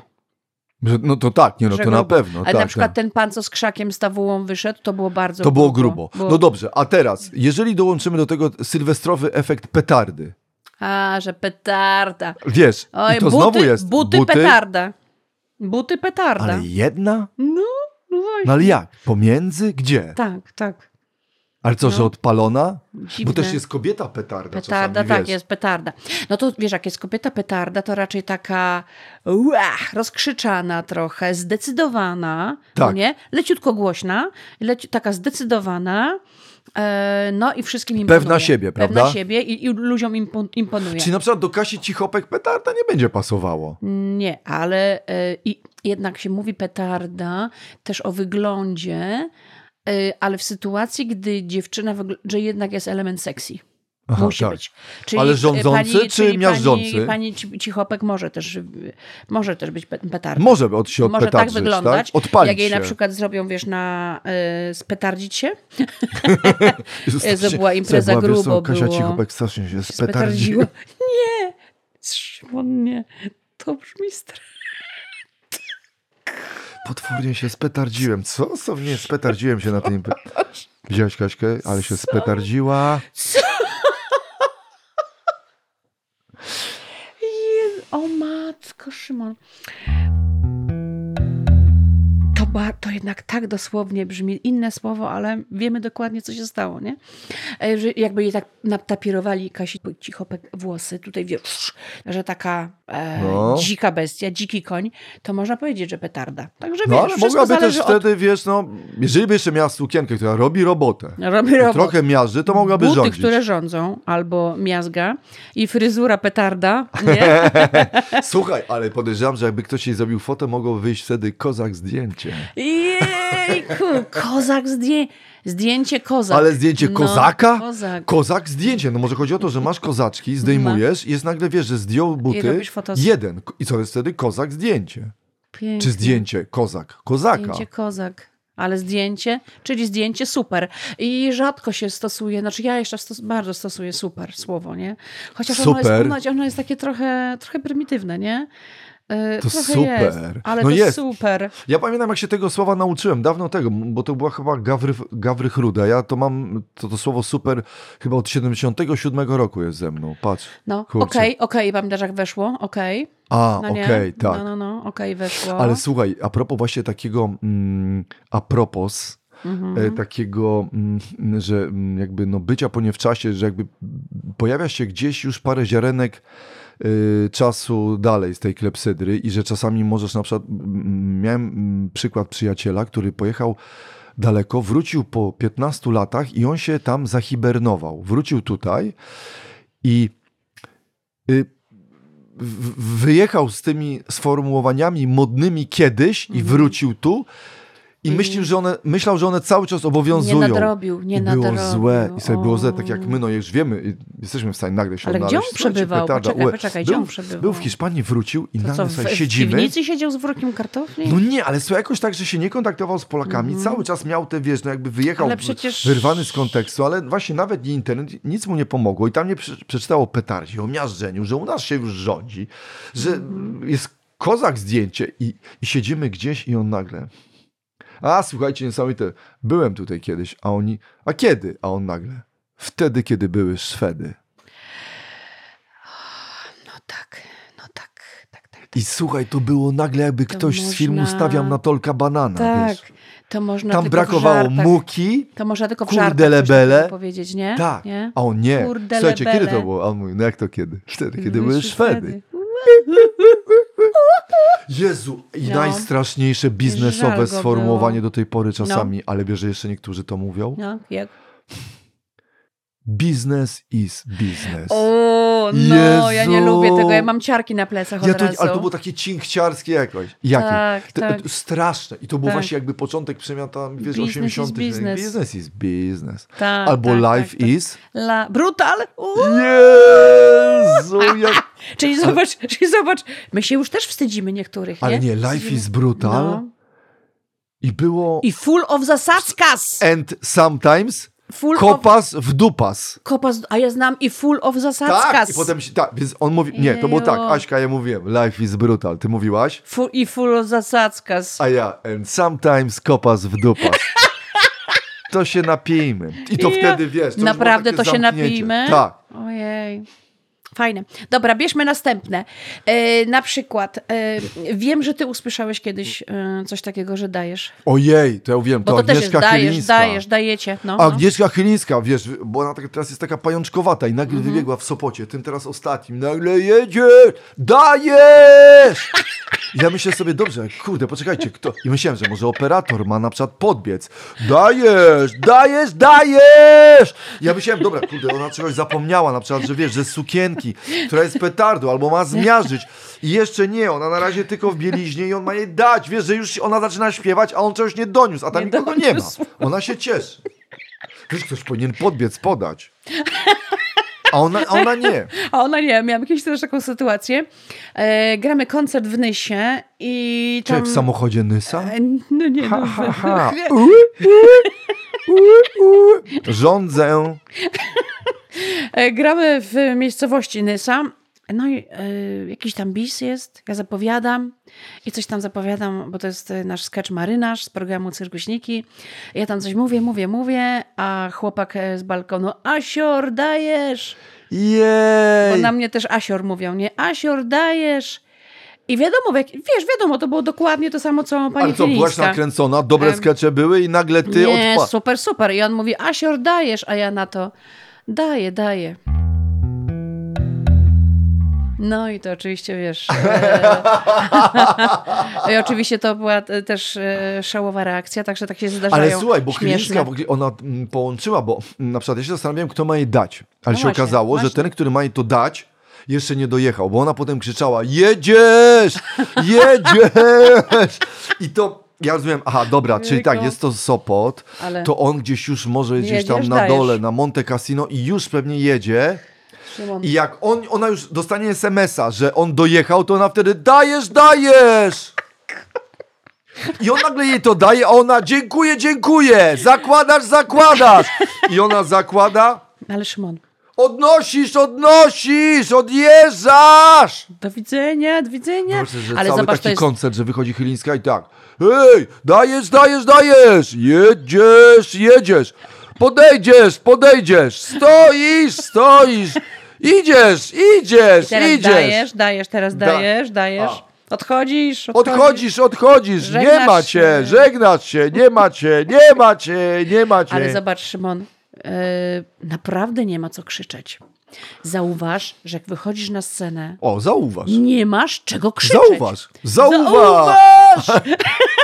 [SPEAKER 2] Że- No to tak, nie no,
[SPEAKER 1] że
[SPEAKER 2] to na
[SPEAKER 1] grubo.
[SPEAKER 2] pewno.
[SPEAKER 1] Ale
[SPEAKER 2] tak,
[SPEAKER 1] na przykład
[SPEAKER 2] tak.
[SPEAKER 1] ten pan, co z krzakiem, z tawułą wyszedł, to było bardzo
[SPEAKER 2] To było grubo.
[SPEAKER 1] Było-
[SPEAKER 2] No dobrze, a teraz, jeżeli dołączymy do tego sylwestrowy efekt petardy,
[SPEAKER 1] A, że petarda.
[SPEAKER 2] wiesz,
[SPEAKER 1] Oj,
[SPEAKER 2] i to
[SPEAKER 1] buty,
[SPEAKER 2] znowu jest
[SPEAKER 1] buty, petarda. Buty petarda.
[SPEAKER 2] ale jedna?
[SPEAKER 1] No, no właśnie.
[SPEAKER 2] No ale jak? Pomiędzy? Gdzie?
[SPEAKER 1] Tak, tak.
[SPEAKER 2] Ale co, że
[SPEAKER 1] No.
[SPEAKER 2] odpalona?
[SPEAKER 1] Dziwne.
[SPEAKER 2] Bo też jest kobieta petarda
[SPEAKER 1] Petarda,
[SPEAKER 2] czasami,
[SPEAKER 1] tak,
[SPEAKER 2] wiesz.
[SPEAKER 1] jest petarda. No to wiesz, jak jest kobieta petarda, to raczej taka ua, rozkrzyczana trochę, zdecydowana,
[SPEAKER 2] Tak.
[SPEAKER 1] no nie? Leciutko głośna, leci, taka zdecydowana, e, no i wszystkim imponuje.
[SPEAKER 2] Pewna siebie, prawda?
[SPEAKER 1] Pewna siebie i, i ludziom impo- imponuje.
[SPEAKER 2] Czyli na przykład do Kasi Cichopek petarda nie będzie pasowało.
[SPEAKER 1] Nie, ale y, i jednak się mówi petarda też o wyglądzie, y, ale w sytuacji, gdy dziewczyna, wygl- że jednak jest element sexy.
[SPEAKER 2] Aha,
[SPEAKER 1] Musi
[SPEAKER 2] tak.
[SPEAKER 1] być. Czyli
[SPEAKER 2] Ale
[SPEAKER 1] y,
[SPEAKER 2] rządzący czy
[SPEAKER 1] czyli
[SPEAKER 2] miażdżący?
[SPEAKER 1] Pani, pani Ci- Cichopek może też, y, może też być pe- petarda.
[SPEAKER 2] Może od się
[SPEAKER 1] Może tak
[SPEAKER 2] odpetarzyć,
[SPEAKER 1] wyglądać,
[SPEAKER 2] Odpalić
[SPEAKER 1] jak jej
[SPEAKER 2] się.
[SPEAKER 1] na przykład zrobią, wiesz, na y, spetardzić się,
[SPEAKER 2] Jezu,
[SPEAKER 1] że
[SPEAKER 2] strasznie-
[SPEAKER 1] była impreza
[SPEAKER 2] Słuchaj, była, wiesz co,
[SPEAKER 1] e, grubo,
[SPEAKER 2] Kasia
[SPEAKER 1] było.
[SPEAKER 2] Cichopek strasznie się
[SPEAKER 1] spetardziło.
[SPEAKER 2] spetardziła.
[SPEAKER 1] Nie! Trz- porządnie. To brzmi strasznie.
[SPEAKER 2] Potwornie się spetardziłem. Co? Co mnie spetardziłem się na tym. imp- Widziałaś Kaśkę? Ale się spetardziła.
[SPEAKER 1] Jezu, o matko, Szymon. To, ba, to jednak tak dosłownie brzmi inne słowo, ale wiemy dokładnie, co się stało, nie? E, Że jakby jej tak naptapirowali Kasi cicho pek- włosy, tutaj wiesz, że taka e,
[SPEAKER 2] No.
[SPEAKER 1] dzika bestia, dziki koń, to można powiedzieć, że petarda. Także
[SPEAKER 2] No
[SPEAKER 1] wiesz,
[SPEAKER 2] ale
[SPEAKER 1] wszystko
[SPEAKER 2] mogłaby też
[SPEAKER 1] zależy od...
[SPEAKER 2] wtedy, wiesz, no, jeżeli by jeszcze miała sukienkę, która robi robotę,
[SPEAKER 1] Robi
[SPEAKER 2] i
[SPEAKER 1] robotę.
[SPEAKER 2] trochę miażdży, to mogłaby
[SPEAKER 1] Buty,
[SPEAKER 2] rządzić.
[SPEAKER 1] które rządzą, albo miazga i fryzura petarda, nie?
[SPEAKER 2] Słuchaj, ale podejrzewam, że jakby ktoś jej zrobił fotę, mogło wyjść wtedy kozak zdjęcie.
[SPEAKER 1] Jejku, kozak zdję... zdjęcie kozak.
[SPEAKER 2] Ale zdjęcie
[SPEAKER 1] No,
[SPEAKER 2] kozaka?
[SPEAKER 1] kozak.
[SPEAKER 2] Kozak zdjęcie. No może chodzi o to, że masz kozaczki, zdejmujesz i jest nagle, wiesz, że zdjął buty.
[SPEAKER 1] robisz fotos-
[SPEAKER 2] Jeden. I co jest wtedy? Kozak zdjęcie.
[SPEAKER 1] Piękne.
[SPEAKER 2] Czy zdjęcie kozak? Kozaka.
[SPEAKER 1] Zdjęcie kozak. Ale zdjęcie, czyli zdjęcie super. I rzadko się stosuje, znaczy ja jeszcze stos bardzo stosuję super słowo, nie? Chociaż Ono,
[SPEAKER 2] Super.
[SPEAKER 1] jest, ono, ono jest takie trochę, trochę prymitywne, nie? Yy,
[SPEAKER 2] To
[SPEAKER 1] trochę
[SPEAKER 2] super.
[SPEAKER 1] Jest, ale
[SPEAKER 2] No
[SPEAKER 1] to
[SPEAKER 2] jest.
[SPEAKER 1] super.
[SPEAKER 2] Ja pamiętam, jak się tego słowa nauczyłem, dawno tego, bo to była chyba Gawry, Gawry Chruda. Ja to mam, to, to słowo super chyba od 77 roku jest ze mną. Patrz.
[SPEAKER 1] No, okej,
[SPEAKER 2] Kurczę.
[SPEAKER 1] okej, pamiętasz jak weszło? Okej.
[SPEAKER 2] A,
[SPEAKER 1] No nie?
[SPEAKER 2] okej, tak.
[SPEAKER 1] No, no, no, okej, weszło.
[SPEAKER 2] Ale słuchaj, a propos właśnie takiego, mm, a propos
[SPEAKER 1] Mhm.
[SPEAKER 2] e, takiego, mm, że mm, jakby no bycia po nie w czasie, że jakby pojawia się gdzieś już parę ziarenek y, czasu dalej z tej klepsydry i że czasami możesz na przykład, mm, miałem mm, przykład przyjaciela, który pojechał daleko, wrócił po 15 latach i on się tam zahibernował. Wrócił tutaj i y, w- wyjechał z tymi sformułowaniami modnymi kiedyś
[SPEAKER 1] Mhm.
[SPEAKER 2] i wrócił tu i myślił, że one, myślał, że one cały czas
[SPEAKER 1] nie
[SPEAKER 2] obowiązują.
[SPEAKER 1] nadrobił, nie
[SPEAKER 2] I
[SPEAKER 1] nadrobił.
[SPEAKER 2] było złe. I sobie
[SPEAKER 1] O.
[SPEAKER 2] było złe, tak jak my, no już wiemy, i jesteśmy w stanie nagle się
[SPEAKER 1] Ale gdzie on
[SPEAKER 2] odnaleźć. Słuchajcie,
[SPEAKER 1] przebywał?
[SPEAKER 2] petarda,
[SPEAKER 1] Poczekaj,
[SPEAKER 2] ue.
[SPEAKER 1] poczekaj,
[SPEAKER 2] był,
[SPEAKER 1] gdzie on przebywał?
[SPEAKER 2] Był w Hiszpanii, wrócił i
[SPEAKER 1] To co,
[SPEAKER 2] nagle
[SPEAKER 1] w,
[SPEAKER 2] sobie
[SPEAKER 1] w
[SPEAKER 2] siedzimy.
[SPEAKER 1] piwnicy siedział z workiem kartofli?
[SPEAKER 2] No nie, ale słuchaj, jakoś tak, że się nie kontaktował z Polakami, cały czas miał te, wiesz, no jakby wyjechał
[SPEAKER 1] Mhm. Ale przecież-
[SPEAKER 2] wyrwany z kontekstu, ale właśnie nawet nie internet, nic mu nie pomogło i tam nie prze- przeczytało o petardzie, o miażdżeniu, że u nas się już rządzi, że
[SPEAKER 1] Mhm.
[SPEAKER 2] jest kozak zdjęcie i, i siedzimy gdzieś i on nagle... A słuchajcie, niesamowite, byłem tutaj kiedyś, a oni... A kiedy? A on nagle... Wtedy, kiedy były Szwedy.
[SPEAKER 1] No tak, no tak, tak, tak. tak.
[SPEAKER 2] I słuchaj, to było nagle, jakby
[SPEAKER 1] To
[SPEAKER 2] ktoś z filmu
[SPEAKER 1] można-
[SPEAKER 2] stawiam na tolka banana,
[SPEAKER 1] tak,
[SPEAKER 2] No, wiesz.
[SPEAKER 1] to można
[SPEAKER 2] Tam
[SPEAKER 1] tylko w
[SPEAKER 2] brakowało
[SPEAKER 1] żartach.
[SPEAKER 2] muki,
[SPEAKER 1] To można tylko w
[SPEAKER 2] kurde
[SPEAKER 1] żartach coś
[SPEAKER 2] lebele.
[SPEAKER 1] takiego powiedzieć, nie?
[SPEAKER 2] Tak.
[SPEAKER 1] Nie?
[SPEAKER 2] A on nie.
[SPEAKER 1] Kurde
[SPEAKER 2] Słuchajcie,
[SPEAKER 1] lebele.
[SPEAKER 2] kiedy to było? A on mówi, no jak to kiedy? Wtedy, kiedy były Szwedy. Jezu, i
[SPEAKER 1] No.
[SPEAKER 2] najstraszniejsze
[SPEAKER 1] Żal go
[SPEAKER 2] biznesowe sformułowanie
[SPEAKER 1] było.
[SPEAKER 2] do tej pory czasami, ale wiesz, że jeszcze niektórzy to mówią?
[SPEAKER 1] No, jak?
[SPEAKER 2] Business is business.
[SPEAKER 1] O, no, ja nie
[SPEAKER 2] Jezu.
[SPEAKER 1] lubię tego, ja mam ciarki na plecach
[SPEAKER 2] ja
[SPEAKER 1] od
[SPEAKER 2] to,
[SPEAKER 1] razu.
[SPEAKER 2] ale to było takie cinkciarskie jakoś. Jakie?
[SPEAKER 1] Tak,
[SPEAKER 2] Te-
[SPEAKER 1] tak.
[SPEAKER 2] e, Straszne. I to był
[SPEAKER 1] Tak.
[SPEAKER 2] właśnie jakby początek przemiata, wiesz,
[SPEAKER 1] Business is
[SPEAKER 2] 80
[SPEAKER 1] business.
[SPEAKER 2] Business is business.
[SPEAKER 1] Tak,
[SPEAKER 2] Albo
[SPEAKER 1] tak,
[SPEAKER 2] life
[SPEAKER 1] tak, tak.
[SPEAKER 2] is...
[SPEAKER 1] La... Brutal! Uuu.
[SPEAKER 2] Jezu, jak...
[SPEAKER 1] Czyli zobacz, czyli zobacz, my się już też wstydzimy niektórych, nie?
[SPEAKER 2] Ale nie, life is brutal.
[SPEAKER 1] No.
[SPEAKER 2] I było.
[SPEAKER 1] I full of zasadzkas!
[SPEAKER 2] And sometimes
[SPEAKER 1] Full of...
[SPEAKER 2] kopas w dupas.
[SPEAKER 1] Kopas, a ja znam i full of zasadzkas.
[SPEAKER 2] Tak, i potem się, tak, więc on mówi, nie, to było tak,
[SPEAKER 1] Ejo.
[SPEAKER 2] Aśka, ja mówiłem, life is brutal, ty mówiłaś,
[SPEAKER 1] Fu, I full of zasadzkas.
[SPEAKER 2] a ja, and sometimes kopas w dupas. To się napijmy. I to
[SPEAKER 1] Ja-
[SPEAKER 2] wtedy, wiesz, to już
[SPEAKER 1] Naprawdę
[SPEAKER 2] było
[SPEAKER 1] to
[SPEAKER 2] takie
[SPEAKER 1] się
[SPEAKER 2] zamknięcie.
[SPEAKER 1] napijmy?
[SPEAKER 2] Tak.
[SPEAKER 1] Ojej. Fajne. Dobra, bierzmy następne. E, na przykład, e, wiem, że ty usłyszałeś kiedyś e, coś takiego, że dajesz.
[SPEAKER 2] Ojej, to ja wiem,
[SPEAKER 1] Bo
[SPEAKER 2] to,
[SPEAKER 1] to, też jest
[SPEAKER 2] Agnieszka
[SPEAKER 1] dajesz,
[SPEAKER 2] Chylińska.
[SPEAKER 1] dajesz, dajecie. No,
[SPEAKER 2] A
[SPEAKER 1] no.
[SPEAKER 2] Agnieszka Chylińska, wiesz, bo ona tak, teraz jest taka pajączkowata i nagle
[SPEAKER 1] Mhm.
[SPEAKER 2] wybiegła w Sopocie, tym teraz ostatnim, nagle jedzie, dajesz! I Ja myślę sobie, dobrze, kurde, poczekajcie, kto? I myślałem, że może operator ma na przykład podbiec. Dajesz, dajesz, dajesz! Ja myślałem, dobra, kurde, ona czegoś zapomniała, na przykład, że wiesz, że z sukienki, która jest petardą, albo ma zmiażdżyć. I jeszcze nie, ona na razie tylko w bieliźnie i on ma jej dać, wiesz, że już ona zaczyna śpiewać, a on czegoś nie doniósł, a tam
[SPEAKER 1] Nie
[SPEAKER 2] nikogo nie ma.
[SPEAKER 1] doniósł.
[SPEAKER 2] Ona się cieszy. Wiesz, ktoś powinien podbiec, podać. A ona, a ona nie.
[SPEAKER 1] A ona nie, miałam jakąś też taką sytuację. E, gramy koncert w Nysie i
[SPEAKER 2] Czy
[SPEAKER 1] tam...
[SPEAKER 2] jak w samochodzie Nysa?
[SPEAKER 1] E, No nie, no,
[SPEAKER 2] Ha, ha. U, u, u, u. Rządzę.
[SPEAKER 1] E, Gramy w miejscowości Nysa No i y, jakiś tam bis jest, ja zapowiadam i coś tam zapowiadam, bo to jest y, nasz sketch marynarz z programu Cyrkuśniki. Ja tam coś mówię, mówię, mówię, a chłopak e, z balkonu, Asior, dajesz! Bo
[SPEAKER 2] Jej!
[SPEAKER 1] na mnie też Asior mówią, nie? Asior, dajesz! I wiadomo, w jak, wiesz, wiadomo, to było dokładnie to samo, co pani
[SPEAKER 2] Ale co, byłaś
[SPEAKER 1] Filińska.
[SPEAKER 2] nakręcona, dobre
[SPEAKER 1] Em,
[SPEAKER 2] skecze były i nagle ty
[SPEAKER 1] Nie,
[SPEAKER 2] odpa...
[SPEAKER 1] super, super. I on mówi, Asior, dajesz, a ja na to, daję, daję. No i to oczywiście, wiesz... E... I oczywiście to była e, też e, szałowa reakcja, także tak się zdarzają
[SPEAKER 2] Ale słuchaj, bo
[SPEAKER 1] śmieszne.
[SPEAKER 2] Chmielska w ogóle ona mm, połączyła, bo mm, na przykład ja się zastanawiałem, kto ma jej dać. Ale
[SPEAKER 1] No
[SPEAKER 2] się
[SPEAKER 1] właśnie,
[SPEAKER 2] okazało, że
[SPEAKER 1] właśnie.
[SPEAKER 2] ten, który ma jej to dać, jeszcze nie dojechał, bo ona potem krzyczała: Jedziesz! Jedziesz! I to. Ja rozumiem, aha, dobra, czyli
[SPEAKER 1] Jejku.
[SPEAKER 2] tak, jest to Sopot,
[SPEAKER 1] Ale-
[SPEAKER 2] to on gdzieś już może gdzieś tam
[SPEAKER 1] Jedziesz,
[SPEAKER 2] na
[SPEAKER 1] dajesz.
[SPEAKER 2] dole, na Monte Cassino i już pewnie jedzie.
[SPEAKER 1] Szymon.
[SPEAKER 2] I jak on, ona już dostanie SMS-a, że on dojechał, to ona wtedy dajesz, dajesz! I on nagle jej to daje, a ona dziękuję, dziękuję! Zakładasz, zakładasz! I ona zakłada,
[SPEAKER 1] Ale Szymon,
[SPEAKER 2] odnosisz, odnosisz, odjeżdżasz!
[SPEAKER 1] do widzenia, do widzenia.
[SPEAKER 2] Proszę, że
[SPEAKER 1] Ale
[SPEAKER 2] cały
[SPEAKER 1] zobacz,
[SPEAKER 2] taki
[SPEAKER 1] to jest...
[SPEAKER 2] koncert, że wychodzi Chylińska i tak Hej, dajesz, dajesz, dajesz! Jedziesz, jedziesz! Podejdziesz, podejdziesz! Stoisz, stoisz! Idziesz, idziesz,
[SPEAKER 1] Teraz
[SPEAKER 2] idziesz!
[SPEAKER 1] dajesz, dajesz, teraz
[SPEAKER 2] Da-
[SPEAKER 1] dajesz, dajesz. Odchodzisz,
[SPEAKER 2] Odchodzisz, odchodzisz, nie
[SPEAKER 1] Żegnasz
[SPEAKER 2] ma cię,
[SPEAKER 1] się.
[SPEAKER 2] żegnasz się, nie ma cię, nie ma cię, nie ma cię.
[SPEAKER 1] Ale zobacz, Szymon, yy, naprawdę nie ma co krzyczeć. Zauważ, że jak wychodzisz na scenę,
[SPEAKER 2] O, zauważ,
[SPEAKER 1] nie masz czego krzyczeć.
[SPEAKER 2] zauważ, zauważ!
[SPEAKER 1] Zauważ!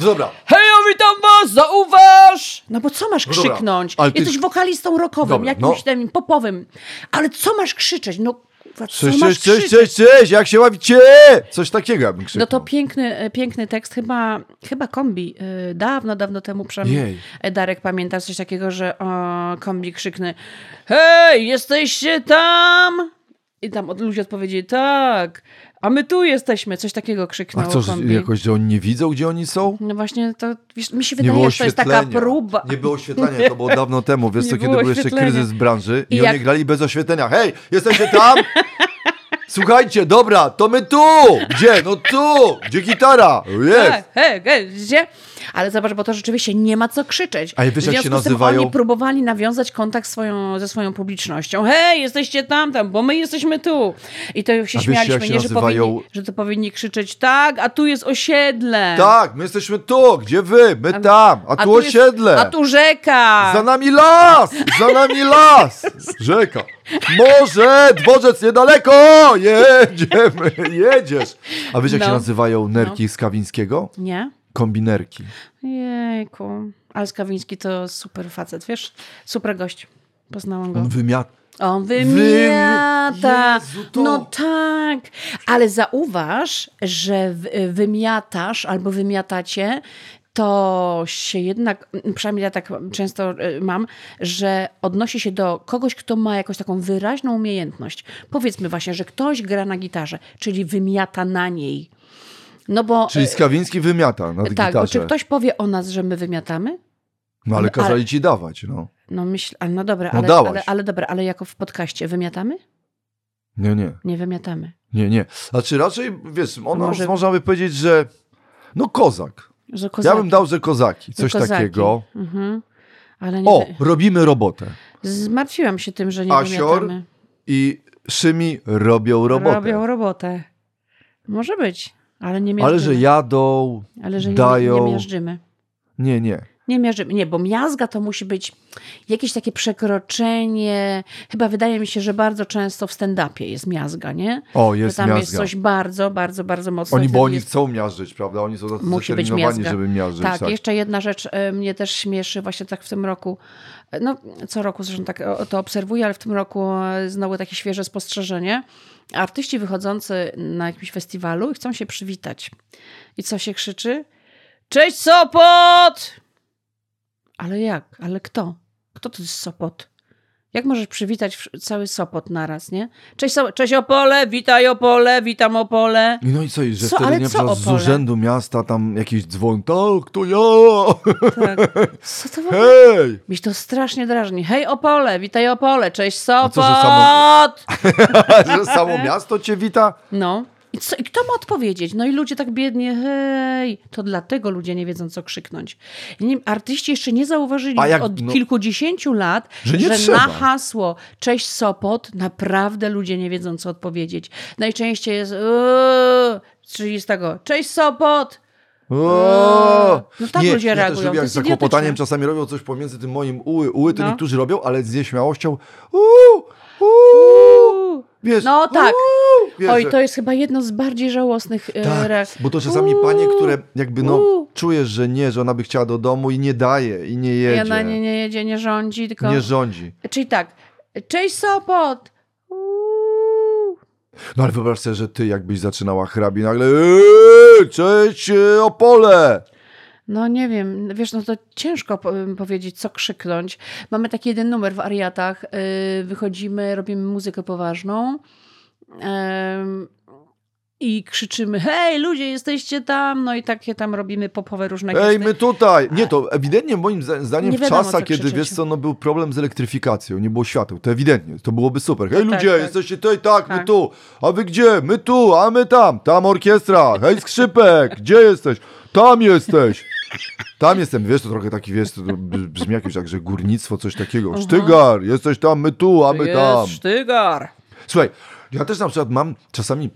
[SPEAKER 2] Dobra,
[SPEAKER 1] Hejo, witam was, zauważ! No bo co masz
[SPEAKER 2] No dobra,
[SPEAKER 1] krzyknąć?
[SPEAKER 2] ale ty-
[SPEAKER 1] Jesteś wokalistą rockowym,
[SPEAKER 2] Dobra,
[SPEAKER 1] jakimś
[SPEAKER 2] no.
[SPEAKER 1] tam popowym. Ale co masz krzyczeć? No, kurwa, co
[SPEAKER 2] cześć,
[SPEAKER 1] masz
[SPEAKER 2] cześć, cześć,
[SPEAKER 1] krzyczeć?
[SPEAKER 2] cześć, cześć, jak się ławicie? Coś takiego ja bym
[SPEAKER 1] No to
[SPEAKER 2] krzyknął.
[SPEAKER 1] piękny, e, piękny tekst, chyba, chyba kombi. e, Dawno, dawno temu przynajmniej
[SPEAKER 2] Jej.
[SPEAKER 1] e, Darek pamięta coś takiego, że o, kombi krzyknę Hej, jesteście tam! I tam od, ludzie odpowiedzieli tak, a my tu jesteśmy. Coś takiego
[SPEAKER 2] A
[SPEAKER 1] krzyknął
[SPEAKER 2] co, że
[SPEAKER 1] kombi.
[SPEAKER 2] jakoś, że oni nie widzą, gdzie oni są?
[SPEAKER 1] No właśnie, to wiesz, mi się
[SPEAKER 2] Nie było
[SPEAKER 1] wydaje, że to No jest taka
[SPEAKER 2] oświetlenia.
[SPEAKER 1] próba.
[SPEAKER 2] Nie było oświetlenia, to było dawno temu. Wiesz
[SPEAKER 1] Nie
[SPEAKER 2] co, kiedy
[SPEAKER 1] było
[SPEAKER 2] był jeszcze
[SPEAKER 1] oświetlenia.
[SPEAKER 2] kryzys branży i,
[SPEAKER 1] I
[SPEAKER 2] oni
[SPEAKER 1] jak-
[SPEAKER 2] grali bez oświetlenia. Hej, jesteście tam? Słuchajcie, dobra, to my tu! Gdzie? No tu! Gdzie gitara?
[SPEAKER 1] He,
[SPEAKER 2] Jest!
[SPEAKER 1] Tak, he, he, gdzie? Ale zobacz, bo to rzeczywiście nie ma co krzyczeć.
[SPEAKER 2] A ja wiesz,
[SPEAKER 1] W
[SPEAKER 2] jak się
[SPEAKER 1] związku z tym
[SPEAKER 2] nazywają?
[SPEAKER 1] Oni próbowali nawiązać kontakt swoją, ze swoją publicznością. Hej, jesteście tam, tam, bo my jesteśmy tu. I to się
[SPEAKER 2] A wiesz,
[SPEAKER 1] śmialiśmy,
[SPEAKER 2] jak się
[SPEAKER 1] nie, że,
[SPEAKER 2] nazywają-
[SPEAKER 1] powinni, że to powinni krzyczeć tak, a tu jest osiedle.
[SPEAKER 2] Tak, my jesteśmy tu! Gdzie wy? My tam! A tu
[SPEAKER 1] jest-
[SPEAKER 2] osiedle!
[SPEAKER 1] a tu rzeka.
[SPEAKER 2] Za nami las! Za nami las! Rzeka! Morze! Dworzec niedaleko! Jedziemy! Jedziesz! A wiesz, jak
[SPEAKER 1] No.
[SPEAKER 2] się nazywają nerki z Kawińskiego?
[SPEAKER 1] Nie?
[SPEAKER 2] Kombinerki.
[SPEAKER 1] Jejku. Ale Skawiński to super facet, wiesz? Super gość. Poznałam go.
[SPEAKER 2] On wymiata.
[SPEAKER 1] On wymiata.
[SPEAKER 2] Jezu, to-
[SPEAKER 1] No tak. Ale zauważ, że w- wymiatasz albo wymiatacie, to się jednak, przynajmniej ja tak często y, mam, że odnosi się do kogoś, kto ma jakąś taką wyraźną umiejętność. Powiedzmy właśnie, że ktoś gra na gitarze, czyli wymiata na niej. No bo.
[SPEAKER 2] Czyli
[SPEAKER 1] y,
[SPEAKER 2] Skawiński wymiata na
[SPEAKER 1] tak, bo
[SPEAKER 2] gitarze.
[SPEAKER 1] czy ktoś powie o nas, że my wymiatamy?
[SPEAKER 2] No ale
[SPEAKER 1] ale-
[SPEAKER 2] kazali ci dawać, no.
[SPEAKER 1] No myśl, a no dobra,
[SPEAKER 2] No
[SPEAKER 1] ale,
[SPEAKER 2] dałaś.
[SPEAKER 1] ale, ale dobra, ale jako w podcaście wymiatamy?
[SPEAKER 2] Nie, nie,
[SPEAKER 1] Nie wymiatamy.
[SPEAKER 2] nie, nie. Znaczy raczej, wiesz, ona,
[SPEAKER 1] Może-
[SPEAKER 2] można by powiedzieć, że no kozak.
[SPEAKER 1] Że
[SPEAKER 2] Ja
[SPEAKER 1] kozaki.
[SPEAKER 2] bym dał, że kozaki, coś
[SPEAKER 1] Kozaki.
[SPEAKER 2] takiego.
[SPEAKER 1] Mhm. Ale nie.
[SPEAKER 2] O, robimy robotę.
[SPEAKER 1] Zmartwiłam się tym, że nie
[SPEAKER 2] Asior
[SPEAKER 1] wymiatamy.
[SPEAKER 2] I Szymi robią robotę.
[SPEAKER 1] Robią robotę. Może być, ale nie miażdżymy.
[SPEAKER 2] ale że jadą,
[SPEAKER 1] ale że nie,
[SPEAKER 2] dają...
[SPEAKER 1] nie miażdżymy.
[SPEAKER 2] nie, nie.
[SPEAKER 1] Nie miażdżymy. Nie, bo miazga to musi być jakieś takie przekroczenie. Chyba wydaje mi się, że bardzo często w stand-upie jest miazga, nie?
[SPEAKER 2] O,
[SPEAKER 1] że
[SPEAKER 2] jest
[SPEAKER 1] tam
[SPEAKER 2] miazga.
[SPEAKER 1] jest coś bardzo, bardzo, bardzo mocno.
[SPEAKER 2] Oni,
[SPEAKER 1] i
[SPEAKER 2] bo
[SPEAKER 1] wtedy
[SPEAKER 2] oni
[SPEAKER 1] jest-
[SPEAKER 2] chcą miażdżyć, prawda? Oni są tacy
[SPEAKER 1] Musi być
[SPEAKER 2] zdeterminowani,
[SPEAKER 1] miazga.
[SPEAKER 2] żeby miażdżyć.
[SPEAKER 1] Tak,
[SPEAKER 2] Tak,
[SPEAKER 1] jeszcze jedna rzecz e, mnie też śmieszy, właśnie tak w tym roku. e, No, co roku zresztą tak o- to obserwuję, ale w tym roku e, znowu takie świeże spostrzeżenie. Artyści wychodzący na jakimś festiwalu i chcą się przywitać. I co się krzyczy? Cześć Sopot! Ale jak? Ale kto? Kto to jest Sopot? Jak możesz przywitać wsz- cały Sopot naraz, nie? Cześć, so- cześć Opole, witaj Opole, witam Opole.
[SPEAKER 2] No i co, i że
[SPEAKER 1] Co,
[SPEAKER 2] wtedy
[SPEAKER 1] ale
[SPEAKER 2] nie
[SPEAKER 1] co,
[SPEAKER 2] przez z
[SPEAKER 1] Opole?
[SPEAKER 2] urzędu miasta tam jakiś dzwon, tak, to ja,
[SPEAKER 1] Tak.
[SPEAKER 2] No.
[SPEAKER 1] Co to w ogóle?
[SPEAKER 2] hej!
[SPEAKER 1] Miś to strasznie drażni. Hej Opole, witaj Opole, cześć Sopot.
[SPEAKER 2] co, że samo- że samo miasto cię wita?
[SPEAKER 1] No. I, co, I kto ma odpowiedzieć? No i ludzie tak biednie, hej. To dlatego ludzie nie wiedzą, co krzyknąć. Nie, artyści jeszcze nie zauważyli
[SPEAKER 2] A jak-
[SPEAKER 1] od
[SPEAKER 2] no-
[SPEAKER 1] kilkudziesięciu lat,
[SPEAKER 2] Że nie trzeba.
[SPEAKER 1] na hasło cześć Sopot naprawdę ludzie nie wiedzą, co odpowiedzieć. Najczęściej jest "Eee", czyli z tego cześć Sopot.
[SPEAKER 2] O!
[SPEAKER 1] No tak ludzie
[SPEAKER 2] ja
[SPEAKER 1] reagują,
[SPEAKER 2] Też lubię,
[SPEAKER 1] to
[SPEAKER 2] jak
[SPEAKER 1] jest
[SPEAKER 2] za kłopotaniem
[SPEAKER 1] idiotyczne.
[SPEAKER 2] czasami robią coś pomiędzy tym moim uły, uły, to
[SPEAKER 1] No.
[SPEAKER 2] niektórzy robią, ale z nieśmiałością uuu, uuu, wiesz,
[SPEAKER 1] No tak.
[SPEAKER 2] uuu, wiesz,
[SPEAKER 1] Oj,
[SPEAKER 2] że-
[SPEAKER 1] to jest chyba jedno z bardziej żałosnych e,
[SPEAKER 2] tak,
[SPEAKER 1] reakcji.
[SPEAKER 2] bo to czasami
[SPEAKER 1] Uuu,
[SPEAKER 2] panie, które jakby no
[SPEAKER 1] uuu.
[SPEAKER 2] czujesz, że nie, że ona by chciała do domu i nie daje i nie jedzie,
[SPEAKER 1] Ja na nie nie jedzie, nie rządzi, tylko...
[SPEAKER 2] nie rządzi.
[SPEAKER 1] Czyli tak, cześć Sopot. Uuu.
[SPEAKER 2] No ale wyobraź sobie, że ty jakbyś zaczynała hrabi nagle eee, cześć e, Opole!
[SPEAKER 1] No nie wiem, wiesz, no to ciężko po- powiedzieć, co krzyknąć. Mamy taki jeden numer w Ariatach. y, Wychodzimy, robimy muzykę poważną em, i krzyczymy, hej ludzie, jesteście tam. No i takie tam robimy popowe różne
[SPEAKER 2] Ej,
[SPEAKER 1] gesty.
[SPEAKER 2] my tutaj! Nie, to ewidentnie moim zda- zdaniem
[SPEAKER 1] Nie
[SPEAKER 2] w
[SPEAKER 1] wiadomo,
[SPEAKER 2] czasach,
[SPEAKER 1] co
[SPEAKER 2] kiedy
[SPEAKER 1] krzyczeć.
[SPEAKER 2] wiesz co, no był problem z elektryfikacją, nie było świateł, to ewidentnie, to byłoby super. Hej
[SPEAKER 1] No tak,
[SPEAKER 2] ludzie,
[SPEAKER 1] tak.
[SPEAKER 2] jesteście tutaj, tak, my
[SPEAKER 1] Tak.
[SPEAKER 2] tu, a wy gdzie? My tu, a my tam, tam orkiestra, hej skrzypek, gdzie jesteś? Tam jesteś! Tam jestem, wiesz, to trochę taki, wiesz, to br- brzmi jakieś tak, że górnictwo, coś takiego. Sztygar, jesteś tam, my tu, a my tam.
[SPEAKER 1] Jest sztygar.
[SPEAKER 2] Słuchaj, ja też na przykład mam czasami,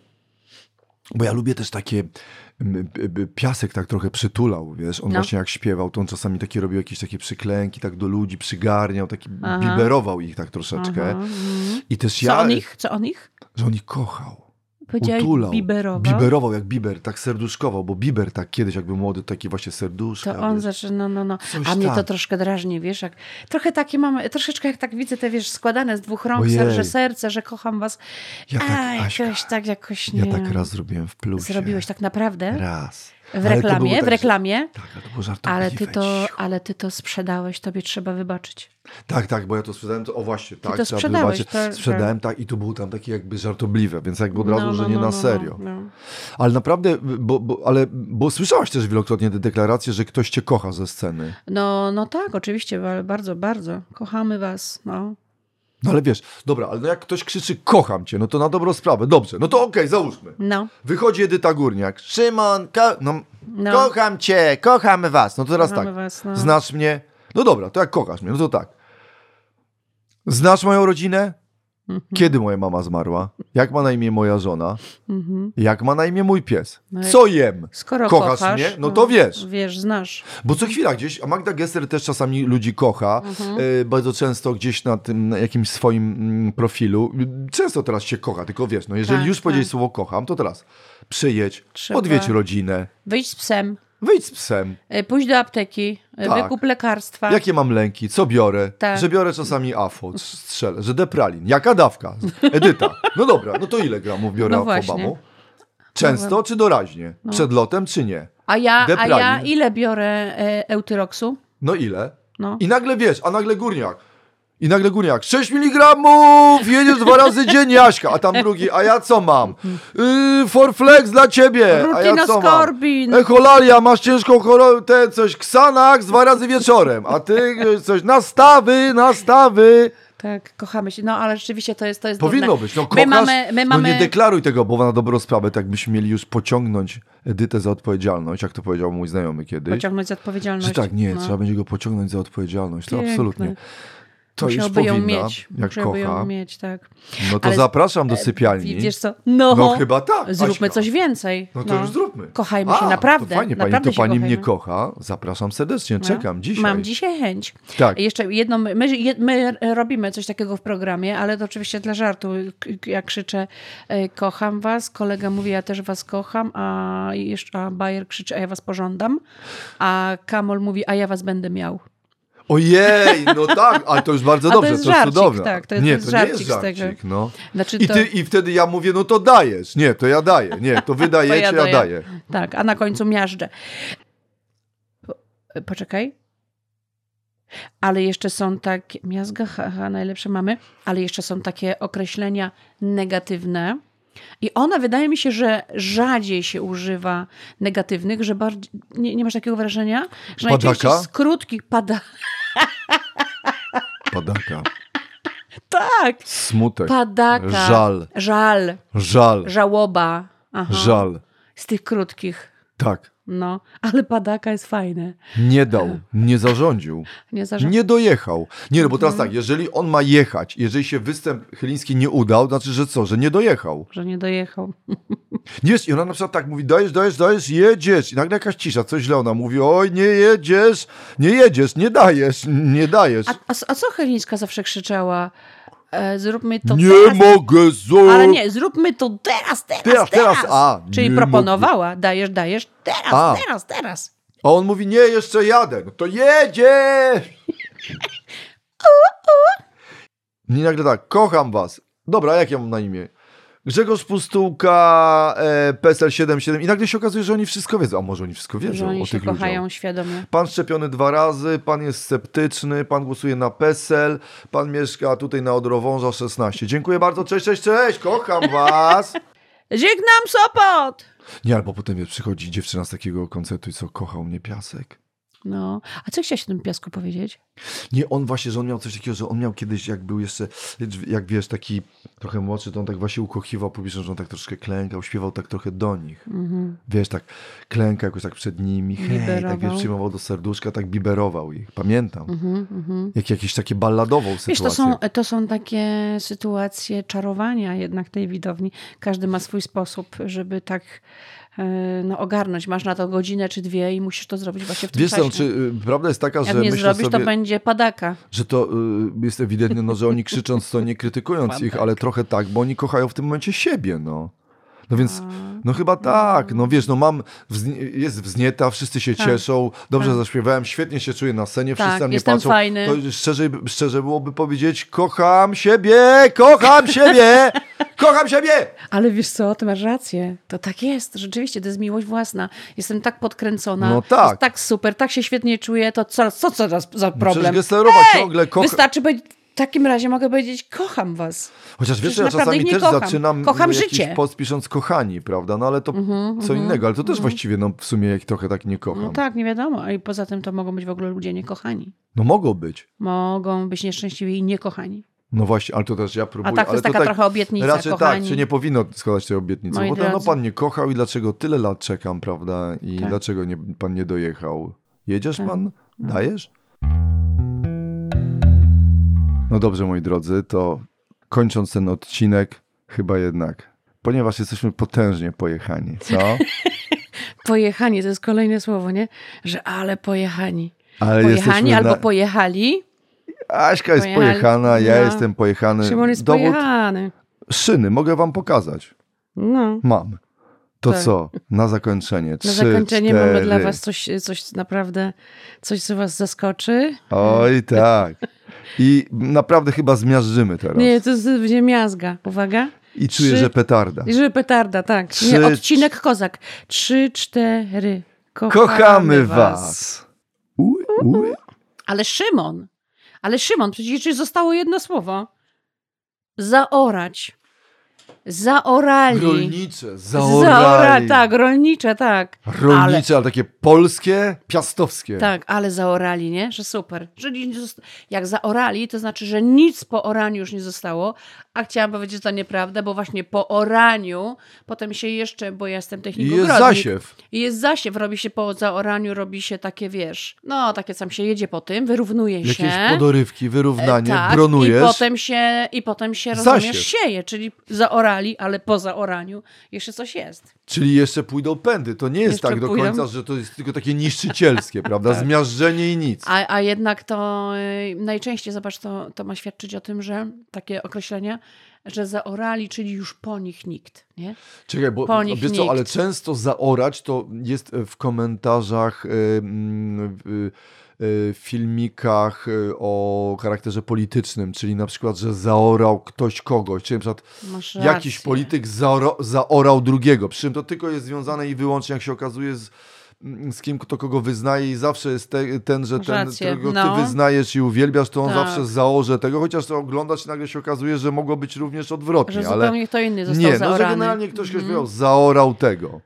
[SPEAKER 2] bo ja lubię też takie, m, b- b- piasek tak trochę przytulał, wiesz, on
[SPEAKER 1] No.
[SPEAKER 2] właśnie jak śpiewał, to on czasami takie robił jakieś takie przyklęki, tak do ludzi przygarniał, taki
[SPEAKER 1] Aha.
[SPEAKER 2] biberował ich tak troszeczkę.
[SPEAKER 1] Aha, mhm.
[SPEAKER 2] I też
[SPEAKER 1] Co
[SPEAKER 2] ja,
[SPEAKER 1] on ich? Co on ich?
[SPEAKER 2] że on ich kochał.
[SPEAKER 1] Powiedziałeś
[SPEAKER 2] Utulał.
[SPEAKER 1] biberował?
[SPEAKER 2] Biberował jak Biber, tak serduszkował, bo Biber tak kiedyś jakby młody, taki właśnie serduszka.
[SPEAKER 1] To on
[SPEAKER 2] wiesz.
[SPEAKER 1] zaczyna, no, no.
[SPEAKER 2] Coś tak.
[SPEAKER 1] A mnie to
[SPEAKER 2] tam.
[SPEAKER 1] troszkę drażni, wiesz, jak trochę takie mam, troszeczkę jak tak widzę te, wiesz, składane z dwóch rąk,
[SPEAKER 2] Ojej.
[SPEAKER 1] serce, serce, że kocham was.
[SPEAKER 2] Ja tak,
[SPEAKER 1] Aj,
[SPEAKER 2] Aśka,
[SPEAKER 1] jakoś tak, jakoś nie
[SPEAKER 2] Ja tak
[SPEAKER 1] wiem.
[SPEAKER 2] raz zrobiłeś w plusie.
[SPEAKER 1] Zrobiłeś tak naprawdę?
[SPEAKER 2] Raz.
[SPEAKER 1] W
[SPEAKER 2] Ale to było
[SPEAKER 1] reklamie,
[SPEAKER 2] tak,
[SPEAKER 1] w
[SPEAKER 2] że-
[SPEAKER 1] reklamie?
[SPEAKER 2] Tak, ale to było żartobliwe.
[SPEAKER 1] Ale ty, to, ale ty to sprzedałeś, tobie trzeba wybaczyć.
[SPEAKER 2] Tak, tak, bo ja to sprzedałem, to, o właśnie, tak,
[SPEAKER 1] to
[SPEAKER 2] trzeba
[SPEAKER 1] sprzedałeś,
[SPEAKER 2] wybaczyć.
[SPEAKER 1] tak,
[SPEAKER 2] sprzedałem tak i to było tam takie jakby żartobliwe, więc jakby od razu,
[SPEAKER 1] No, no,
[SPEAKER 2] że nie
[SPEAKER 1] no,
[SPEAKER 2] na
[SPEAKER 1] no,
[SPEAKER 2] serio.
[SPEAKER 1] No, no.
[SPEAKER 2] Ale naprawdę, bo, bo, ale, bo słyszałaś też wielokrotnie te deklaracje, że ktoś cię kocha ze sceny.
[SPEAKER 1] No, no tak, oczywiście, ale bardzo, bardzo. Kochamy was, no.
[SPEAKER 2] No ale wiesz, dobra, ale no jak ktoś krzyczy kocham cię, no to na dobrą sprawę, dobrze, no to okej, załóżmy.
[SPEAKER 1] No,
[SPEAKER 2] Wychodzi Edyta Górniak, Szymon, ko- no,
[SPEAKER 1] no.
[SPEAKER 2] kocham cię, kochamy was. No to teraz
[SPEAKER 1] Kochamy
[SPEAKER 2] tak,
[SPEAKER 1] was, no.
[SPEAKER 2] znasz mnie, no dobra, to jak kochasz mnie, no to tak. Znasz moją rodzinę?
[SPEAKER 1] Mhm,
[SPEAKER 2] Kiedy moja mama zmarła? Jak ma na imię moja żona?
[SPEAKER 1] mhm.
[SPEAKER 2] Jak ma na imię mój pies?
[SPEAKER 1] No i-
[SPEAKER 2] Co jem?
[SPEAKER 1] Skoro
[SPEAKER 2] Kochasz
[SPEAKER 1] kochasz,
[SPEAKER 2] mnie? No to wiesz.
[SPEAKER 1] Wiesz, znasz.
[SPEAKER 2] Bo co chwila gdzieś, a Magda Gessler też czasami ludzi kocha,
[SPEAKER 1] Mhm.
[SPEAKER 2] e, bardzo często gdzieś na tym na jakimś swoim mm, profilu, często teraz się kocha, tylko wiesz, no jeżeli
[SPEAKER 1] Tak,
[SPEAKER 2] już powiedzieć
[SPEAKER 1] tak.
[SPEAKER 2] słowo kocham, to teraz przyjedź,
[SPEAKER 1] Trzeba.
[SPEAKER 2] odwiedź rodzinę,
[SPEAKER 1] Wyjdź z psem,
[SPEAKER 2] wyjdź z psem,
[SPEAKER 1] y, pójdź do apteki, y,
[SPEAKER 2] Tak.
[SPEAKER 1] wykup lekarstwa.
[SPEAKER 2] jakie mam lęki, co biorę,
[SPEAKER 1] Tak.
[SPEAKER 2] że biorę czasami afo, strzelę, że depralin, jaka dawka, Edyta, no dobra, no to ile gramów biorę
[SPEAKER 1] No
[SPEAKER 2] no
[SPEAKER 1] właśnie. No
[SPEAKER 2] afobamu? Często czy doraźnie? Przed lotem czy nie?
[SPEAKER 1] A ja, a ja
[SPEAKER 2] Depralin.
[SPEAKER 1] ile biorę y, eutyroksu?
[SPEAKER 2] No ile?
[SPEAKER 1] No.
[SPEAKER 2] I nagle wiesz, a nagle górniak. I nagle górniak, 6 miligramów, jedziesz dwa razy dziennie, Jaśka. A tam drugi, a ja co mam? Yy, Forflex dla ciebie, e, a ja co mam?
[SPEAKER 1] No, Rutinoskorbin.
[SPEAKER 2] Echolalia, masz ciężką chorobę, te coś, Xanax dwa razy wieczorem, a ty yy, coś, nastawy, nastawy.
[SPEAKER 1] Tak, kochamy się. No ale rzeczywiście to jest to jest
[SPEAKER 2] E- Powinno
[SPEAKER 1] durne.
[SPEAKER 2] być, no
[SPEAKER 1] my
[SPEAKER 2] kochasz,
[SPEAKER 1] mamy, my
[SPEAKER 2] no
[SPEAKER 1] mamy
[SPEAKER 2] nie deklaruj tego, bo na dobrą sprawę, tak byśmy mieli już pociągnąć Edytę za odpowiedzialność, jak to powiedział mój znajomy kiedyś.
[SPEAKER 1] pociągnąć za odpowiedzialność.
[SPEAKER 2] Że tak, nie,
[SPEAKER 1] no.
[SPEAKER 2] trzeba będzie go pociągnąć za odpowiedzialność, to
[SPEAKER 1] Piękne.
[SPEAKER 2] absolutnie. To już
[SPEAKER 1] Musiałby
[SPEAKER 2] powinna,
[SPEAKER 1] ją mieć.
[SPEAKER 2] jak
[SPEAKER 1] Musiałby
[SPEAKER 2] kocha.
[SPEAKER 1] ją mieć, tak.
[SPEAKER 2] No to
[SPEAKER 1] Ale- e,
[SPEAKER 2] zapraszam do sypialni.
[SPEAKER 1] Widzisz co? No,
[SPEAKER 2] no chyba tak.
[SPEAKER 1] zróbmy
[SPEAKER 2] Aśka.
[SPEAKER 1] coś więcej.
[SPEAKER 2] No to już zróbmy.
[SPEAKER 1] Kochajmy
[SPEAKER 2] A,
[SPEAKER 1] się, naprawdę.
[SPEAKER 2] To fajnie,
[SPEAKER 1] naprawdę
[SPEAKER 2] pani, to
[SPEAKER 1] się
[SPEAKER 2] pani
[SPEAKER 1] kochajmy.
[SPEAKER 2] mnie kocha. Zapraszam serdecznie,
[SPEAKER 1] No.
[SPEAKER 2] czekam dzisiaj.
[SPEAKER 1] Mam dzisiaj chęć.
[SPEAKER 2] Tak.
[SPEAKER 1] Jeszcze jedno, my, je- my robimy coś takiego w programie, ale to oczywiście dla żartu. K- Ja krzyczę, e, kocham was, kolega mówi, ja też was kocham, a, jeszcze, a Bayer krzyczy, a ja was pożądam, a Kamol mówi, a ja was będę miał.
[SPEAKER 2] Ojej, no tak, ale to już bardzo
[SPEAKER 1] A to
[SPEAKER 2] dobrze,
[SPEAKER 1] jest
[SPEAKER 2] jest
[SPEAKER 1] żarcik,
[SPEAKER 2] cudowne.
[SPEAKER 1] tak, to jest-
[SPEAKER 2] nie,
[SPEAKER 1] to jest
[SPEAKER 2] to nie jest
[SPEAKER 1] żarcik z tego.
[SPEAKER 2] żarcik, no.
[SPEAKER 1] Znaczy
[SPEAKER 2] I,
[SPEAKER 1] to,
[SPEAKER 2] ty, I wtedy ja mówię, no to dajesz. Nie, to ja daję. Nie, to wy
[SPEAKER 1] to
[SPEAKER 2] dajecie, ja daję.
[SPEAKER 1] Tak, a na końcu miażdżę. Po, poczekaj. e, Ale jeszcze są takie, miazga, haha, najlepsze mamy, ale jeszcze są takie określenia negatywne. I ona wydaje mi się, że rzadziej się używa negatywnych, że bardziej, nie, nie masz takiego wrażenia? Że
[SPEAKER 2] Padaka?
[SPEAKER 1] najczęściej skrótki pada.
[SPEAKER 2] Padaka.
[SPEAKER 1] Tak!
[SPEAKER 2] Smutek.
[SPEAKER 1] Padaka.
[SPEAKER 2] Żal.
[SPEAKER 1] Żal.
[SPEAKER 2] Żal.
[SPEAKER 1] Żałoba. Aha.
[SPEAKER 2] Żal.
[SPEAKER 1] Z tych krótkich.
[SPEAKER 2] Tak.
[SPEAKER 1] No, ale padaka jest fajne.
[SPEAKER 2] Nie dał. Nie zarządził.
[SPEAKER 1] Nie zarzekam.
[SPEAKER 2] Nie dojechał. Nie, no bo
[SPEAKER 1] Mhm.
[SPEAKER 2] teraz tak, jeżeli on ma jechać, jeżeli się występ Chyliński nie udał, znaczy, że co, że nie dojechał.
[SPEAKER 1] że nie dojechał.
[SPEAKER 2] Jest, i ona na przykład tak mówi, dajesz, dajesz, dajesz, jedziesz. I nagle jakaś cisza, coś źle ona mówi, oj, nie jedziesz, nie jedziesz, nie dajesz, nie dajesz.
[SPEAKER 1] A, a, a co Helińska zawsze krzyczała? E, zróbmy to
[SPEAKER 2] nie
[SPEAKER 1] teraz.
[SPEAKER 2] mogę zo...
[SPEAKER 1] Ale nie, zróbmy to teraz, teraz,
[SPEAKER 2] Teraz,
[SPEAKER 1] teraz.
[SPEAKER 2] teraz, a,
[SPEAKER 1] Czyli
[SPEAKER 2] nie
[SPEAKER 1] proponowała, dajesz, dajesz, teraz,
[SPEAKER 2] A.
[SPEAKER 1] teraz, teraz.
[SPEAKER 2] A on mówi, nie, jeszcze jadę. No to jedziesz! I nagle tak, kocham was. Dobra, jak ja mam na imię? Grzegorz Pustułka, e, PSL 77 i nagle się okazuje, że oni wszystko wiedzą. A może oni wszystko wiedzą
[SPEAKER 1] Że oni
[SPEAKER 2] o
[SPEAKER 1] się
[SPEAKER 2] tych
[SPEAKER 1] kochają
[SPEAKER 2] ludziach.
[SPEAKER 1] świadomie.
[SPEAKER 2] Pan szczepiony dwa razy, pan jest sceptyczny, pan głosuje na PESEL, pan mieszka tutaj na Odrowąża 16. Dziękuję bardzo, cześć, cześć, cześć, kocham was.
[SPEAKER 1] Żegnam Sopot!
[SPEAKER 2] Nie, albo potem wiesz, przychodzi dziewczyna z takiego koncertu i co, kochał mnie piasek.
[SPEAKER 1] No, a co chciałaś o tym piasku powiedzieć?
[SPEAKER 2] Nie, on właśnie, że on miał coś takiego, że on miał kiedyś, jak był jeszcze, jak wiesz, taki trochę młodszy, to on tak właśnie ukochiwał publiczność, że on tak troszkę klękał, śpiewał tak trochę do nich. Wiesz, tak klęka jakoś tak przed nimi, hej, tak wiesz,
[SPEAKER 1] Mhm. Biberował. Mhm,
[SPEAKER 2] przyjmował do serduszka, tak biberował ich, pamiętam. Jak jakieś takie balladową sytuację.
[SPEAKER 1] Wiesz, to są, to są takie sytuacje czarowania jednak tej widowni. Każdy ma swój sposób, żeby tak e, no, ogarnąć. Masz na to godzinę czy dwie i musisz to zrobić właśnie w tym
[SPEAKER 2] Wiesz,
[SPEAKER 1] czasie.
[SPEAKER 2] co, czy y, prawda jest taka,
[SPEAKER 1] Jak
[SPEAKER 2] że
[SPEAKER 1] nie
[SPEAKER 2] myślę
[SPEAKER 1] zrobisz,
[SPEAKER 2] sobie,
[SPEAKER 1] to będzie padaka.
[SPEAKER 2] że to y, jest ewidentne, no, że oni krzycząc to nie krytykując ich, ale trochę tak, bo oni kochają w tym momencie siebie, no. No więc, no chyba tak, no wiesz, no mam, wzni- jest wznieta, wszyscy się cieszą, dobrze zaśpiewałem, świetnie się czuję na scenie,
[SPEAKER 1] Tak,
[SPEAKER 2] wszyscy na mnie
[SPEAKER 1] jestem
[SPEAKER 2] patrzą.
[SPEAKER 1] fajny.
[SPEAKER 2] To szczerze, szczerze byłoby powiedzieć, kocham siebie, kocham siebie, kocham siebie!
[SPEAKER 1] Ale wiesz co, ty masz rację. To tak jest, rzeczywiście, to jest miłość własna. Jestem tak podkręcona.
[SPEAKER 2] No tak.
[SPEAKER 1] Jest tak super, tak się świetnie czuję. To co, co, co za, za problem?
[SPEAKER 2] gestlerować ciągle kocha-
[SPEAKER 1] Wystarczy powiedzieć, w takim razie mogę powiedzieć, kocham was. No
[SPEAKER 2] Chociaż wiesz,
[SPEAKER 1] Przecież
[SPEAKER 2] że ja
[SPEAKER 1] naprawdę
[SPEAKER 2] czasami
[SPEAKER 1] ich nie
[SPEAKER 2] też
[SPEAKER 1] kocham.
[SPEAKER 2] zaczynam
[SPEAKER 1] Kocham
[SPEAKER 2] jakiś
[SPEAKER 1] życie. Mhm,
[SPEAKER 2] post pisząc kochani, prawda, no ale to co innego, ale to też właściwie, no w sumie jak trochę tak nie kocham.
[SPEAKER 1] No tak, nie wiadomo. A i poza tym to mogą być w ogóle ludzie niekochani.
[SPEAKER 2] No mogą być.
[SPEAKER 1] Mogą być nieszczęśliwi i niekochani.
[SPEAKER 2] No właśnie, ale to też ja
[SPEAKER 1] A
[SPEAKER 2] próbuję.
[SPEAKER 1] tak, to
[SPEAKER 2] ale
[SPEAKER 1] jest taka trochę obietnica,
[SPEAKER 2] Raczej
[SPEAKER 1] kochani.
[SPEAKER 2] tak, się nie powinno składać tej obietnicy,
[SPEAKER 1] Moi
[SPEAKER 2] bo ten, no
[SPEAKER 1] drodzy.
[SPEAKER 2] pan nie kochał i dlaczego tyle lat czekam, prawda? I
[SPEAKER 1] Tak.
[SPEAKER 2] dlaczego nie, pan nie dojechał? Jedziesz pan? Dajesz? No dobrze, moi drodzy, to kończąc ten odcinek, chyba jednak, ponieważ jesteśmy potężnie pojechani, co?
[SPEAKER 1] Pojechani, to jest kolejne słowo, nie? Że ale pojechani.
[SPEAKER 2] Ale
[SPEAKER 1] pojechani
[SPEAKER 2] jesteśmy
[SPEAKER 1] albo
[SPEAKER 2] na-
[SPEAKER 1] pojechali.
[SPEAKER 2] Aśka jest
[SPEAKER 1] pojechali.
[SPEAKER 2] pojechana, ja
[SPEAKER 1] No.
[SPEAKER 2] jestem pojechany.
[SPEAKER 1] Szymon jest
[SPEAKER 2] E, Dowód
[SPEAKER 1] pojechany.
[SPEAKER 2] szyny, mogę wam pokazać.
[SPEAKER 1] No.
[SPEAKER 2] Mam. To
[SPEAKER 1] Tak.
[SPEAKER 2] co? Na zakończenie. Trzy,
[SPEAKER 1] Na zakończenie mamy dla
[SPEAKER 2] cztery.
[SPEAKER 1] was coś, coś naprawdę, coś co was zaskoczy.
[SPEAKER 2] Oj tak. I naprawdę chyba zmiażdżymy teraz.
[SPEAKER 1] Nie, to jest- będzie miazga. Uwaga.
[SPEAKER 2] I czuję,
[SPEAKER 1] trzy-
[SPEAKER 2] że petarda.
[SPEAKER 1] I żeby petarda, tak.
[SPEAKER 2] Trzy-
[SPEAKER 1] Nie, odcinek Kozak. Trzy, cztery. Kochamy,
[SPEAKER 2] Kochamy was. Ue, ue.
[SPEAKER 1] Ale Szymon, ale Szymon, przecież jeszcze zostało jedno słowo. Zaorać. Zaorali.
[SPEAKER 2] Rolnicze, zaorali.
[SPEAKER 1] Zaorali, tak, rolnicze, tak. Ale,
[SPEAKER 2] Rolnicze, ale... takie polskie, piastowskie.
[SPEAKER 1] tak, ale zaorali, nie? Że super. Że nie zosta- jak zaorali, to znaczy, że nic po oraniu już nie zostało, a chciałam powiedzieć, że to nieprawda, bo właśnie po oraniu, potem się jeszcze, bo ja jestem
[SPEAKER 2] I
[SPEAKER 1] techniką
[SPEAKER 2] jest zasiew.
[SPEAKER 1] I jest zasiew, robi się po zaoraniu, robi się takie, wiesz, no takie sam się jedzie po tym, wyrównuje się.
[SPEAKER 2] Jakieś podorywki, wyrównanie,
[SPEAKER 1] tak,
[SPEAKER 2] bronujesz.
[SPEAKER 1] I potem się, i potem się rozumiesz,
[SPEAKER 2] Zasiew.
[SPEAKER 1] sieje, czyli zaorali, ale po zaoraniu jeszcze coś jest.
[SPEAKER 2] Czyli jeszcze pójdą pędy. To nie jest
[SPEAKER 1] Jeszcze
[SPEAKER 2] tak do
[SPEAKER 1] pójdą. Tak.
[SPEAKER 2] końca, że to jest tylko takie niszczycielskie, prawda? Zmiażdżenie i nic.
[SPEAKER 1] A, a jednak to y, najczęściej, zobacz, to, to ma świadczyć o tym, że takie określenie, że zaorali, czyli już po nich nikt, nie?
[SPEAKER 2] Czekaj, bo
[SPEAKER 1] Po nich
[SPEAKER 2] wiesz co,
[SPEAKER 1] nikt.
[SPEAKER 2] ale często zaorać to jest e, w komentarzach, y, mm, w y, filmikach y, o charakterze politycznym, czyli na przykład, że zaorał ktoś kogoś, czyli na przykład
[SPEAKER 1] Masz
[SPEAKER 2] jakiś
[SPEAKER 1] rację.
[SPEAKER 2] polityk zaoro, zaorał drugiego, przy czym to tylko jest związane i wyłącznie, jak się okazuje, z mm, z kim to kogo wyznaje i zawsze jest te, ten, że ten,
[SPEAKER 1] Rację,
[SPEAKER 2] którego
[SPEAKER 1] no.
[SPEAKER 2] ty wyznajesz i uwielbiasz, to on
[SPEAKER 1] Tak.
[SPEAKER 2] zawsze zaorze tego, chociaż to oglądasz i nagle się okazuje, że mogło być również odwrotnie,
[SPEAKER 1] Że
[SPEAKER 2] ale
[SPEAKER 1] zupełnie kto inny został
[SPEAKER 2] nie, no, że
[SPEAKER 1] zaorany. Mhm.
[SPEAKER 2] generalnie ktoś ktoś powiedział, zaorał tego.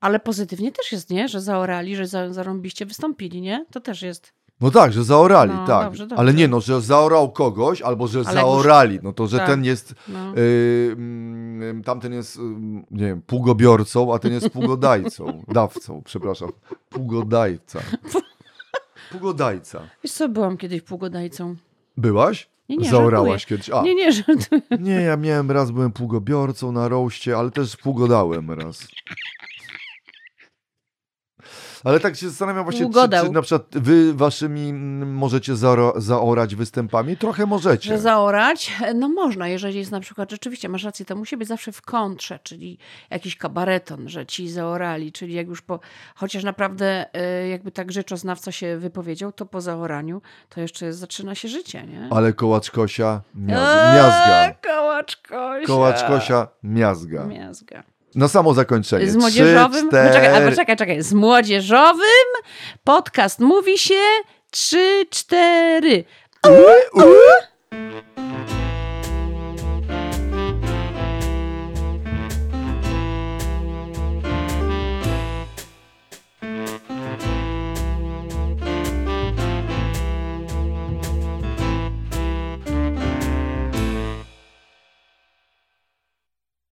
[SPEAKER 1] Ale pozytywnie też jest, nie? Że zaorali, że za, zarąbiście wystąpili, nie? To też jest.
[SPEAKER 2] No tak, że zaorali,
[SPEAKER 1] No,
[SPEAKER 2] tak.
[SPEAKER 1] dobrze, dobrze.
[SPEAKER 2] Ale nie, no, że zaorał kogoś, albo że
[SPEAKER 1] jak
[SPEAKER 2] zaorali, no to, że
[SPEAKER 1] tak.
[SPEAKER 2] ten jest
[SPEAKER 1] No.
[SPEAKER 2] Yy, mm, tamten jest, ym, nie wiem, półgobiorcą, a ten jest półgodajcą. Dawcą, przepraszam. Półgodajca. Półgodajca.
[SPEAKER 1] Wiesz co, byłam kiedyś półgodajcą.
[SPEAKER 2] Byłaś?
[SPEAKER 1] Nie, nie,
[SPEAKER 2] Zaorałaś kiedyś. A,
[SPEAKER 1] Nie,
[SPEAKER 2] nie,
[SPEAKER 1] nie, żartuję.
[SPEAKER 2] ja miałem raz, byłem półgobiorcą na roście, ale też półgodałem raz. Ale tak się zastanawiam właśnie, czy,
[SPEAKER 1] Półgodał.
[SPEAKER 2] czy na przykład wy waszymi mm, możecie zaora- zaorać występami? Trochę możecie.
[SPEAKER 1] Że zaorać, no można, jeżeli jest na przykład, rzeczywiście, masz rację, to musi być zawsze w kontrze, czyli jakiś kabareton, że ci zaorali, czyli jak już po, chociaż naprawdę y, jakby tak rzeczoznawca się wypowiedział, to po zaoraniu to jeszcze jest, zaczyna się życie, nie?
[SPEAKER 2] Ale kołacz kosia, miazga.
[SPEAKER 1] Eee,
[SPEAKER 2] miazga.
[SPEAKER 1] Kołacz kosia.
[SPEAKER 2] Kołacz kosia, miazga.
[SPEAKER 1] Miazga.
[SPEAKER 2] Na samo zakończenie.
[SPEAKER 1] Z młodzieżowym.
[SPEAKER 2] Trzy,
[SPEAKER 1] Poczekaj, a
[SPEAKER 2] cztery...
[SPEAKER 1] poczekaj, czekaj. Z młodzieżowym podcast mówi się 3-4.
[SPEAKER 2] Ue, ue,